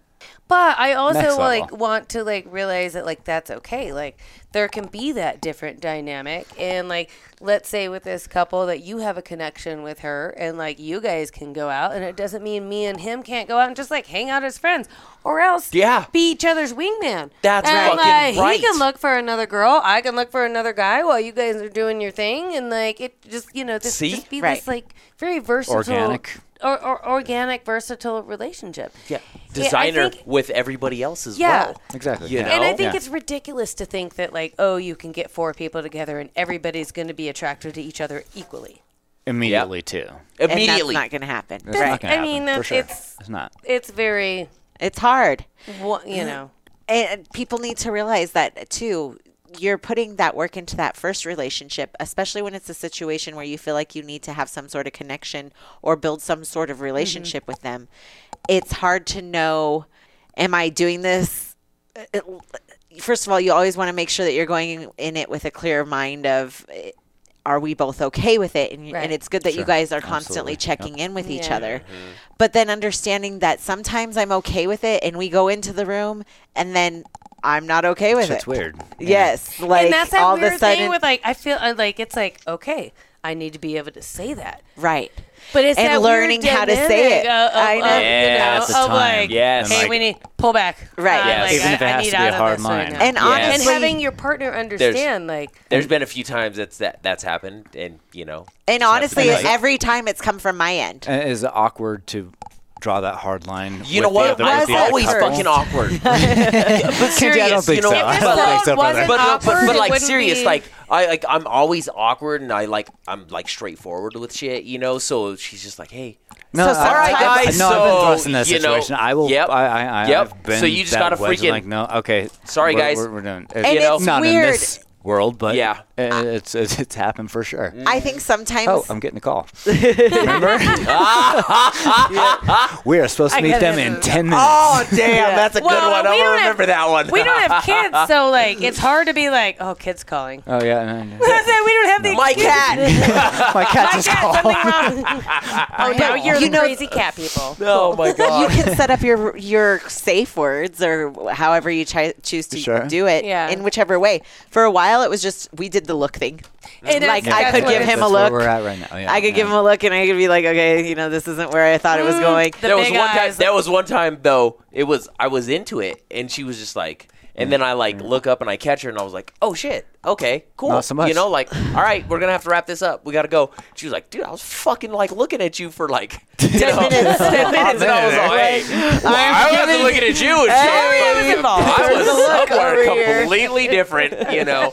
But I also Next like level. want to like realize that like that's okay. Like there can be that different dynamic and like let's say with this couple that you have a connection with her and like you guys can go out and it doesn't mean me and him can't go out and just like hang out as friends or else Yeah. be each other's wingman. That's and, fucking like, right. He can look for another girl, I can look for another guy while you guys are doing your thing and like it just you know this See? just be Right. this like very versatile Organic. or, or organic versatile relationship. Yeah. I Designer think- with everybody else as Yeah. well. Exactly. You yeah. know? And I think Yeah. it's ridiculous to think that like, oh, you can get four people together and everybody's going to be attracted to each other equally. Immediately too. And that's Immediately. not going to happen. It's Right. not gonna I mean, happen, that's- for sure. it's- it's not. It's very, It's hard. wa- you know, and people need to realize that too you're putting that work into that first relationship especially when it's a situation where you feel like you need to have some sort of connection or build some sort of relationship with them it's hard to know am i doing this uh, it- first of all you always want to make sure that you're going in it with a clear mind of eh, are we both okay with it and, you- Right. and it's good that you guys are constantly checking in with each other but then understanding that sometimes i'm okay with it and we go into the room and then i'm not okay with Shit's it weird. Yes, like and that's that all weird of a sudden, thing with like, I feel uh, like it's like, okay, I need to be able to say that. right? But it's And that learning weird how to say dynamic it. Of, of, I know. Of, Yeah, you know, that's the of time. like, Yes. hey, Like- we need pull back. Right. Uh, Yes. like, Even I- if it I has need to be a out of hard this right And now. line. Yes. and honestly, having your partner understand, like, There's been a few times that's that that's happened, and you know. and just have to honestly, be like- every time it's come from my end. And it is awkward to draw that hard line. you know what? other- It's with the other always couple. fucking awkward. Yeah, but serious, I don't think you know, so. but Oh, I If don't this like, world think so, brother. wasn't but, but, awkward, but, it like wouldn't serious, be- like I like I'm always awkward and I like I'm like straightforward with shit, you know. So she's just like, hey, No, So sorry, I, guys, no, I've been so, thrust in that you know, situation. I will. yep, I, I, I, yep. I've been So you just that gotta wedge, freaking- Like, no, okay. Sorry, we're- guys. We're, we're done. And You know? it's not in weird. this world, but Yeah. Uh, it's, it's it's happened for sure. I think sometimes. Oh, I'm getting a call. Remember? we are supposed to I meet got them it. in ten minutes. Oh damn, that's a Well, good one. we I'm don't gonna have- remember that one. We don't have kids, so like it's hard to be like, oh, kids calling. Oh yeah, no, no. That's it. We don't have the My excuse. cat. my cat My just cat, called. something wrong. oh no, you're You the know- crazy cat people. oh my you god. can set up your your safe words or however you chi- choose to Sure. do it Yeah. in whichever way. For a while, it was just we did the look thing. And Like, that's- I that's could what give it him is. a That's where look. we're at right now. Yeah, I could give yeah. him a look and I could be like, okay, you know, this isn't where I thought it was going. The There was big one time. eyes. There was one time though. It was I was into it, and she was just like, and then I Mm. like look up and I catch her, and I was like, oh shit, okay, cool. Not so much. You know, like, all right, we're gonna have to wrap this up. We gotta go. She was like, dude, I was fucking like looking at you for like ten minutes. ten minutes, and I was like, hey, well, I wasn't looking at you and shit. but- Everything was involved. I There was a was look somewhere over here. completely different, you know.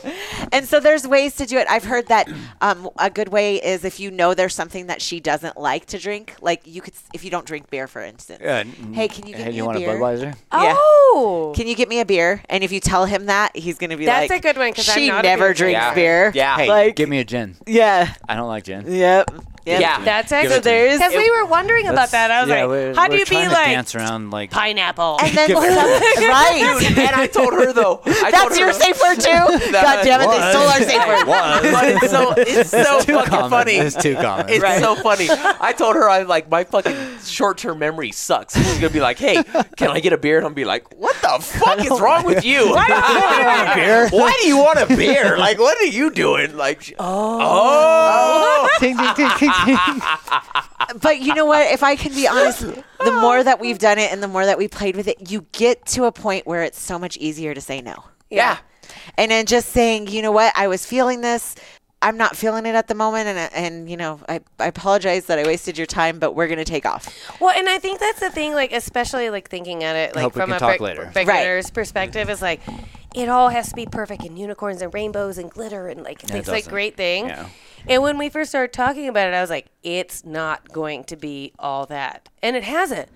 And so there's ways to do it. I've heard that um, a good way is if you know there's something that she doesn't like to drink, like you could, if you don't drink beer, for instance. Yeah, Hey, can you get Mm. Hey, me you a want beer? a Budweiser? Yeah. Oh. Can you get me a beer? And if you tell him that, he's gonna be That's like, a good one, 'cause I'm she not a never beer drinks Yeah. beer. Yeah. Hey, like, give me a gin. yeah, I don't like gin. yep, yep. Yeah. That's Give it actually to me. because we were wondering about that. I was yeah, like, we're- how do we're you be trying to like dance around like pineapple? And then some, right, And I told her though. I told that's her, your safe word too. God damn it, they was. stole our safe word. But it's so it's so fucking common. funny. It's too common. It's so funny. I told her I like my fucking short-term memory sucks. She's gonna be like, "Hey, can I get a beer?" And I'll be like, "What the fuck is wrong with you? Why do you want a beer? Why do you want a beer? Like, what are you doing? Like, she- oh, Ding, ding, ding, ding, ding. but you know what? If I can be honest, the more that we've done it and the more that we played with it, you get to a point where it's so much easier to say no. yeah. And then just saying, you know what? I was feeling this. I'm not feeling it at the moment, and uh, and you know, I, I apologize that I wasted your time, but we're gonna take off. Well, and I think that's the thing, like especially like thinking at it, like hope we from can a talk beg- later. beginner's perspective, is like it all has to be perfect and unicorns and rainbows and glitter and like it's like doesn't. great thing. Yeah. And when we first started talking about it, I was like, it's not going to be all that, and it hasn't.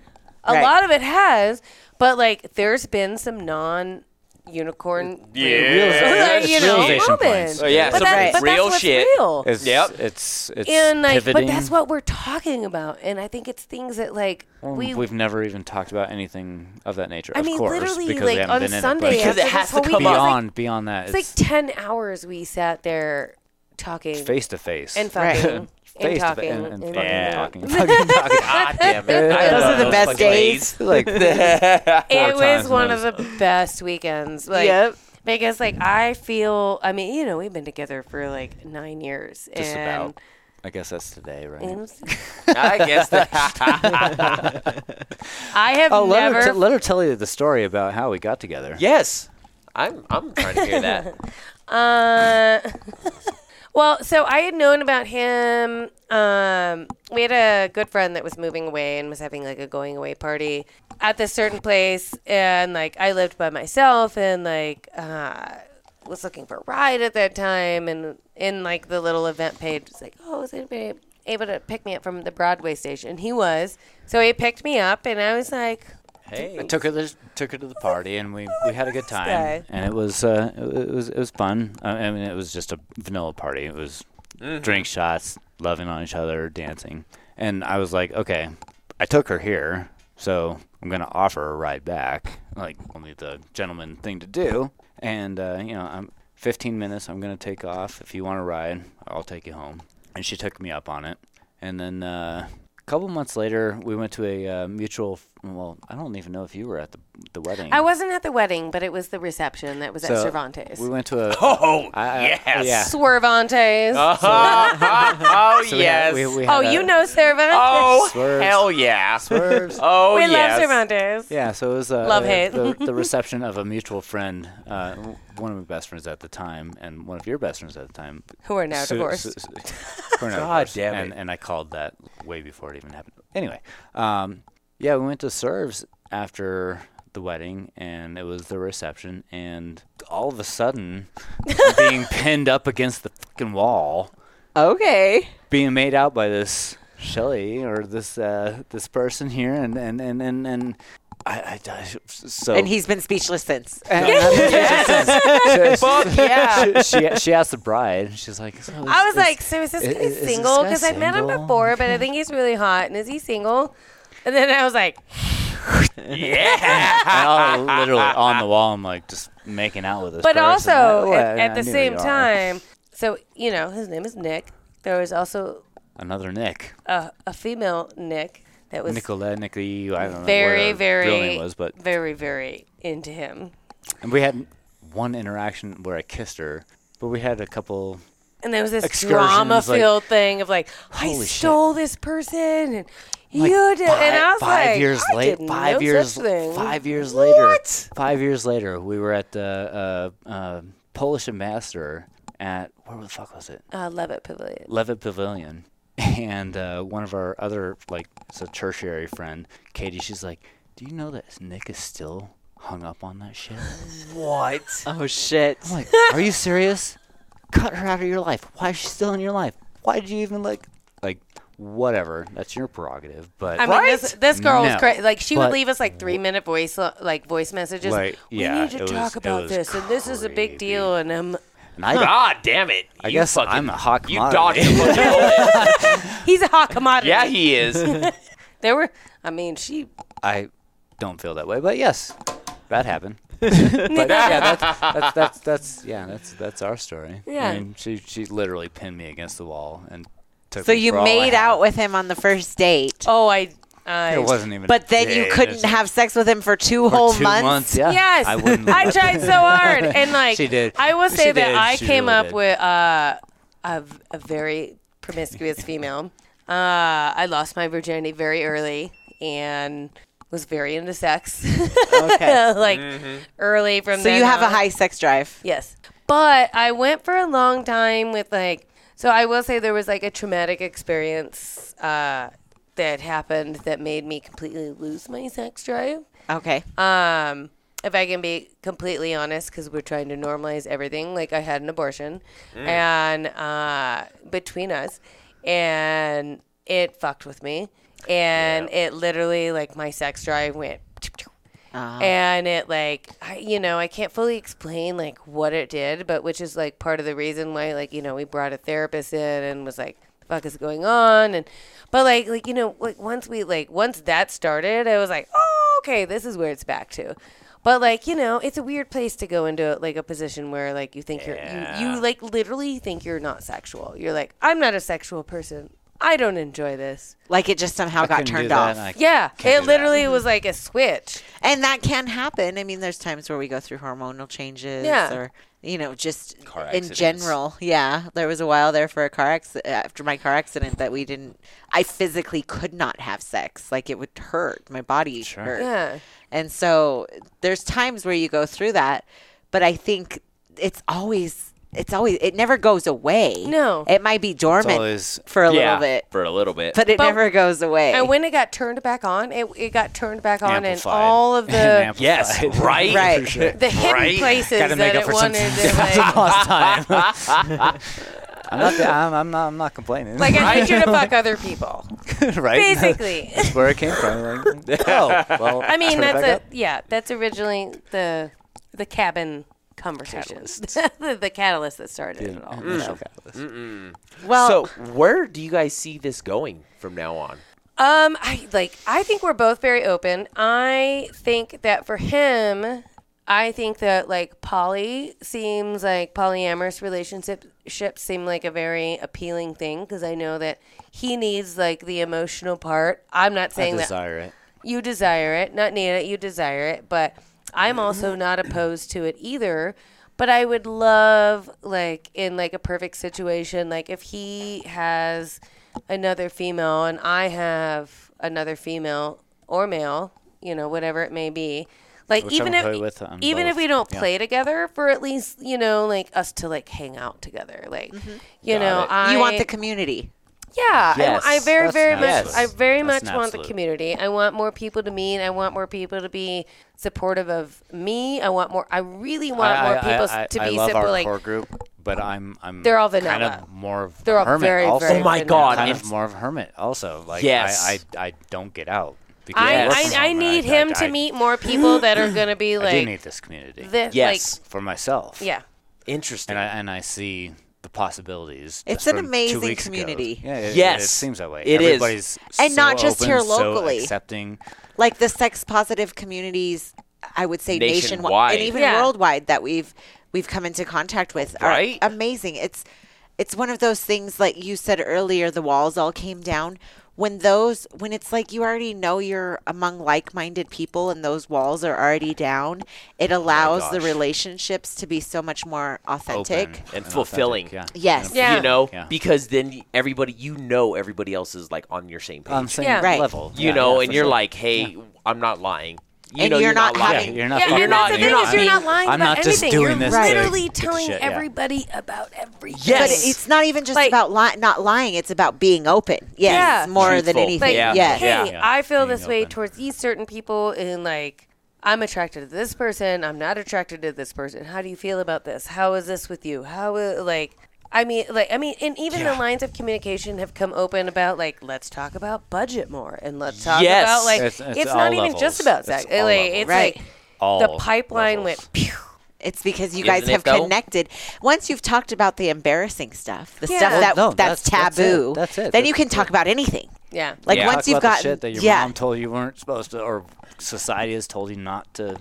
A Right. lot of it has, but like there's been some non unicorn Yeah. you know Realization moments. points. Oh, yeah, but some that's, right. but that's real what's shit. real It's, Yep. It's it's and like pivoting. but that's what we're talking about and i think it's things that like we we, have never even talked about anything of that nature. I Mm, of mean, course, literally, because like, we haven't on been Sunday, in it, Because after it has this whole to week, but come it was up. beyond beyond that, like, it's it's like 10 hours we sat there talking face to face and Right. fucking and Face to talking face and and and- fucking talking, fucking talking. God damn it. I Those love are the best fucking days. Like it was times one of those. the best weekends like Yep. because like i feel i mean you know we've been together for like nine years Just and about. I guess that's today, right? and I guess that. i have Oh, let never her, t- let her tell you the story about how we got together. yes. I'm I'm trying to hear that. Uh, well, so I had known about him. Um, we had a good friend that was moving away and was having like a going away party at this certain place, and like I lived by myself and like uh, was looking for a ride at that time, and in like the little event page, it's like, oh, is anybody able to pick me up from the Broadway station? And he was, so he picked me up, and I was like, Hey. took her to, took her to the party and we, we had a good time guy. and it was uh, it it was it was fun. I I mean it was just a vanilla party. It was drink shots, loving on each other, dancing. And I was like, okay, I took her here, so I'm gonna offer her a ride back, like only the gentleman thing to do. And uh, you know, I'm 15 minutes. I'm gonna take off. If you want to ride, I'll take you home. And she took me up on it. And then uh, a couple months later, we went to a uh, mutual. f- Well, I don't even know if you were at the the wedding. I wasn't at the wedding, but it was the reception that was at Cervantes. We went to a. Oh I- I- yes. yeah. Swervantes. oh so we had- yes. we- we Oh, had uh, a- you know Cervantes. Oh Swerves. hell yeah. Swerves. Oh we yes. love Cervantes. Yeah, so it was uh, Love uh, hate. The, the reception of a mutual friend, uh, w- one of my best friends at the time, and one of your best friends at the time. Who are now Su- divorced. su- su- who are now God divorced. damn and, it. And I called that way before it even happened. Anyway, um, yeah, we went to serves after the wedding, and it was the reception, and all of a sudden, I'm being pinned up against the fucking wall Okay, being made out by this Shelly or this uh, this person here, and and and and, and I, I, I- Oh. so and he's been speechless since. Fuck yeah. She, she, she asked the bride. and She's like, so I was is- like, so is this is- guy is this single? guy Because I've met him single? before, but I think he's really hot. And is he single? And then I was like, And I was literally on the wall. I'm like just making out with this. but person. also Well, at, I at the knew same you are. time, so you know, his name is Nick. There was also another Nick, a, a female Nick that was Nicolette, Nicky. I don't know very, what her very, real name was, but very, very into him. and we had one interaction where I kissed her, but we had a couple. And there was this Excursions, drama like- filled thing of like, I Holy shit. stole this person, and you did, and I was five like, years I later, did five no years, such thing. five years later, five years later, we were at the uh, uh, Polish ambassador at where the fuck was it? I love it, Pavilion. Levitt Pavilion, and uh, one of our other like it's a tertiary friend, Katie. She's like, "Do you know that Nick is still hung up on that shit?" What? Uh-huh. Oh shit! I'm like, "Are you serious? Cut her out of your life. Why is she still in your life? Why did you even like like whatever? That's your prerogative." But I mean, this, this girl was No. crazy. Like she would But- leave us like three minute voice uh, like voice messages. Like, we yeah, need to it was- talk it about was this, and this is a big creepy. deal. And um, And I, God damn it! I You guess fucking, I'm a hot You commodity. dodged a bunch of bullets. he's a hot commodity. Yeah, he is. there were. I mean, she. I don't feel that way, but yes, that happened. but yeah, that's, that's that's that's yeah, that's that's our story. Yeah. I mean, she she literally pinned me against the wall and took. So me you for all I made had. out with him on the first date, Oh, I. I It wasn't even. but then you Yeah, couldn't it's- have sex with him for two for whole two months. Yeah. Yes, I wouldn't. I tried so hard, and like She did. I will She say that did. I She came really up did. with uh, a, v- a very promiscuous female. Uh, I lost my virginity very early and was very into sex. like early from Mm-hmm. So then you have a uh, on. high sex drive. Yes. But I went for a long time with like, so I will say there was like a traumatic experience uh, that happened that made me completely lose my sex drive. Okay. Uh, Um, if I can be completely honest, because we're trying to normalize everything, like I had an abortion, and uh, between us, and it fucked with me, and it literally like my sex drive went, Ah. and it like I, you know I can't fully explain like what it did, but which is like part of the reason why like you know we brought a therapist in and was like the fuck is going on and but like like you know like once we like once that started i was like oh okay this is where it's back to but like you know it's a weird place to go into like a position where like you think you're you, you like literally think you're not sexual you're like i'm not a sexual person i don't enjoy this Like it just somehow got couldn't do turned that, off. and I- yeah Can't it do that. Mm-hmm. literally was like a switch and that can happen. I mean, there's times where we go through hormonal changes Yeah. or you know, just Car in accidents. general. Yeah, there was a while there for a car accident after my car accident that we didn't I physically could not have sex. Like it would hurt. My body hurt. yeah And so there's times where you go through that, but I think it's always it's always it never goes away. No. It might be dormant always- for a yeah, little bit, for a little bit. but it But- never goes away. and when it got turned back on it, it got turned back on and Amplified. all of And the amplified. yes, right, Right. the hidden Right? places Gotta that make up it for some wanted to like lost time. I'm not. I'm, I'm not. I'm not complaining. like i need you to fuck other people right? basically That's where it came from. Like, oh, well. I mean, turn it that's back a up. yeah. That's originally the the cabin conversation, the, the catalyst that started it Mm. all. well, so, where do you guys see this going from now on? Um, I like. I think we're both very open. I think that for him, I think that like poly seems like polyamorous relationships ships seem like a very appealing thing because I know that he needs like the emotional part. I'm not saying that Desire it. you desire it, not need it, you desire it, but I'm also not opposed to it either. But I would love like in like a perfect situation, like if he has another female and I have another female or male, you know, whatever it may be. Like Which I even would if play with, um, even if both. we don't play together, for at least you know like us to like hang out together, like you know it. I Mm-hmm. you want the community. yeah, I- Yes, I, very, that's very an much, absolute. I very That's much an want the absolute. community. I want more people to meet. I want more people to be supportive of me. I want more. I really want more people I, to I be love simple. our Like core group, but I'm I'm They're all kind vanilla. of more of They're all hermit very, also. very Oh my vanilla. God, kind it's- of more of a hermit also. Like Yes. I, I I don't get out. Because I, Yes. I, Oh I need him to meet more people that are going to be I do like need this community this. Yes. for myself. Like, yeah. Interesting. and I and I see the possibilities. It's just an from two amazing weeks ago. community. Yeah, it, Yes. it seems that way. It is. Everybody's And not so just here open, so locally. accepting. like the sex positive communities i would say nationwide, Nationwide. and even Yeah. worldwide that we've we've come into contact with are Right. amazing it's it's one of those things like you said earlier the walls all came down when those when it's like you already know you're among like-minded people and those walls are already down it allows the Oh gosh. relationships to be so much more authentic Open. and fulfilling. authentic, yeah. yes Yeah. You know, Yeah. because then everybody, you know, everybody else is like on your same page. On the same Yeah. Right. level. you Um, Yeah, know, yeah, and for you're sure. like, hey, I'm not lying. You And know, you're not Yeah, having- lying. you're not. yeah, fucking and that's the lying. thing is you're not lying I'm about not just anything. doing you're this to literally get the telling shit, yeah. everybody about everything. Yes. But it's not even just Like- about li- not lying; it's about being open. Yes, Yeah. more than Truthful. anything. Like, Yeah. Yes. hey, Yeah. I feel Being this way open. towards these certain people, and like, I'm attracted to this person. I'm not attracted to this person. How do you feel about this? How is this with you? How, i- like, I mean, like, I mean, and even the lines of communication have come open about like, let's talk about budget more, and let's talk Yes. about like, it's, It's- it's all not even levels. just about It's sex. all like, levels. it's Right. like All the pipeline levels. went. Pew, It's because you Isn't guys have it, though? connected. Once you've talked about the embarrassing stuff, the Yeah. stuff Well, that Oh, no, that's, that's- that's it. taboo, That's it. then you That's can talk about anything. yeah. Like Yeah. once Talk you've about got the shit that your yeah, mom told you weren't supposed to, or society has told you not to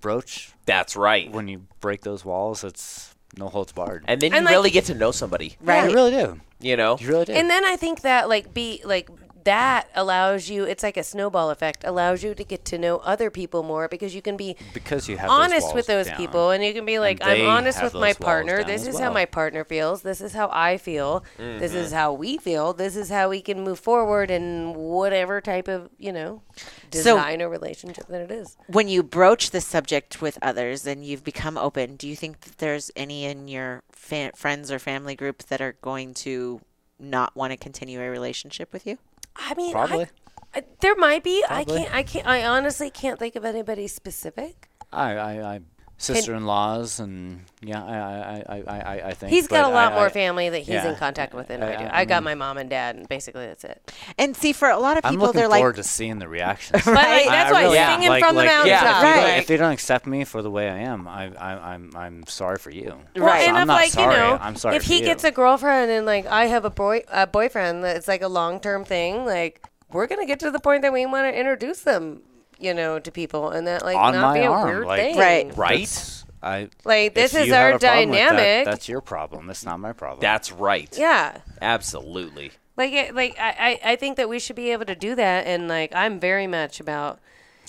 broach. That's right. When you break those walls, it's no holds barred. And then And, you like- really get to know somebody. right. you really do. You know, You really do. And then I think that like be like that allows you it's like a snowball effect allows you to get to know other people more because you can be because you have those honest walls with those down. people and you can be like i'm they honest have with those my walls partner down this as is how well. Mm-hmm. my partner feels this is how i feel this is how we feel this is how we can move forward in whatever type of you know design or relationship that it is When you broach the subject with others and you've become open, do you think that there's any in your fa- friends or family group that are going to not want to continue a relationship with you? i mean I- Probably. I, there might be i can't i can't i honestly can't think of anybody specific I, I, I sister-in-laws and yeah, I, I, I, I- I, I think He's got but a lot I- more I- family that he's yeah. in contact with than I, I- do. I- I, I got my mom and dad, and basically that's it. And see, for a lot of I'm people, looking they're forward like, to seeing the reactions. But like, I- that's I why really am. singing Like- from the like, mountains. yeah, If mountaintop. they Right. don't- like- If they don't accept me for the way I am, I, I, I'm, I'm sorry for you. Well, Right. and I'm I'm, not like, sorry. you know, I'm sorry if for he you. gets a girlfriend and like I have a boy a boyfriend, that it's like a long term thing. Like we're gonna get to the point that we want to introduce them, you know, to people, and that like On not my be a arm, weird like- thing, Right. right? It's- I, Like if this is you have our a problem with that, dynamic. that's your problem. That's not my problem. That's right. yeah. Absolutely. Like, it, like I, I, I think that we should be able to do that, and like I'm very much about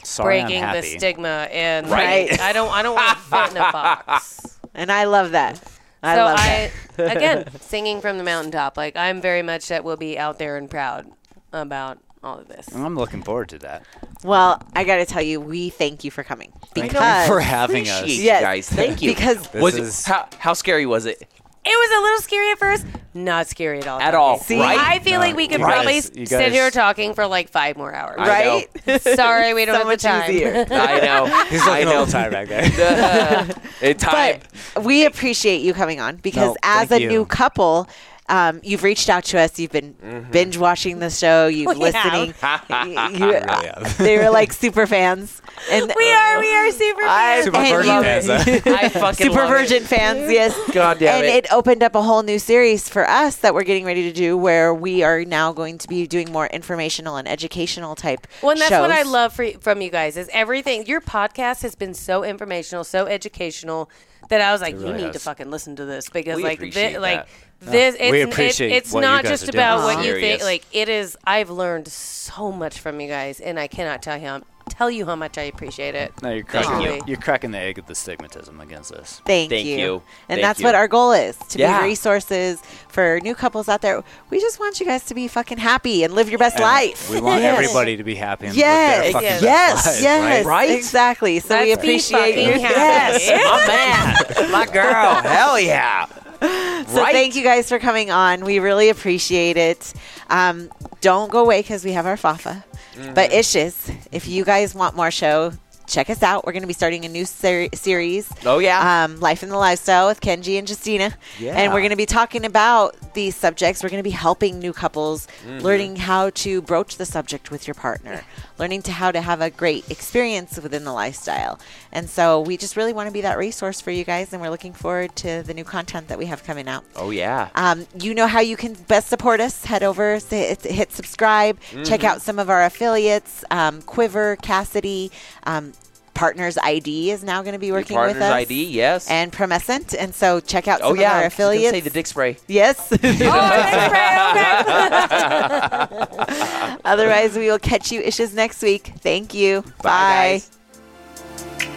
sorry, I'm breaking the happy. stigma and Right. like, I don't I don't want to fit in a box. and I love that. I so love that. I again singing from the mountaintop like I'm very much that will be out there and proud about all of this. I'm looking forward to that. Well, I got to tell you, we thank you for coming because for having us. Appreciate Yes. you guys. Thank you. Because- This was is- it, how, how scary was it? It was a little scary at first, not scary at all. At Tony. all, See, right? I feel like we could you guys- probably you s- sit guys- here talking for like five more hours. I know. right? Sorry, we don't So have the much time. easier. I know. He's looking I know. all the time back there. In time. but we appreciate you coming on because No, as thank a you. new couple um, you've reached out to us you've been binge watching the show you've We have. listening Y- you- uh, they were like super fans and We are we are super I- fans. Super and virgin you- fans, I fucking super love virgin fans yes God damn and it. it. opened up a whole new series for us that we're getting ready to do where we are now going to be doing more informational and educational type Well, and that's what I shows. love for, from you guys is everything. Your podcast has been so informational, so educational that I was like, you need to fucking listen to this because We like, appreciate thi- like that. this, it's, it- appreciate it's what you not guys just are doing. about what you Serious. think. Like it is. I've learned so much from you guys, and I cannot tell him tell you how much I appreciate it. No, you're Thank cracking, you. you're cracking the egg of the stigmatism against us. Thank, Thank you. you. And Thank that's what you. our goal is to Yeah. be resources for new couples out there. We just want you guys to be fucking happy and live your best And life. We want Yes. everybody to be happy and live Yes, their fucking Yes. best yes, lives, yes, Right? exactly. So we Let's be appreciate fucking you. happy. Yes. My man. My girl. Hell yeah. So thank you guys for coming on. We really appreciate it. Um, Mm-hmm. don't go away because we have our FAFA. But Ishes, if you guys want more show, check us out. We're going to be starting a new ser- series. Oh, yeah. um, Life in the Lifestyle with Kenji and Justina. Yeah. And we're going to be talking about these subjects. We're going to be helping new couples, Mm-hmm. learning how to broach the subject with your partner, learning to how to have a great experience within the lifestyle. And so we just really want to be that resource for you guys, and we're looking forward to the new content that we have coming out. Oh yeah. Um, you know how you can best support us. Head over, say, hit- hit subscribe, Mm-hmm. check out some of our affiliates, um, Quiver, Cassidy, um, Partners ID is now going to be working Partners with us. ID, yes. And Promescent. And so check out some oh yeah. of our You can affiliates. Say the dick spray. yes. Oh, Otherwise, we will catch you issues next week. Thank you. Bye. guys.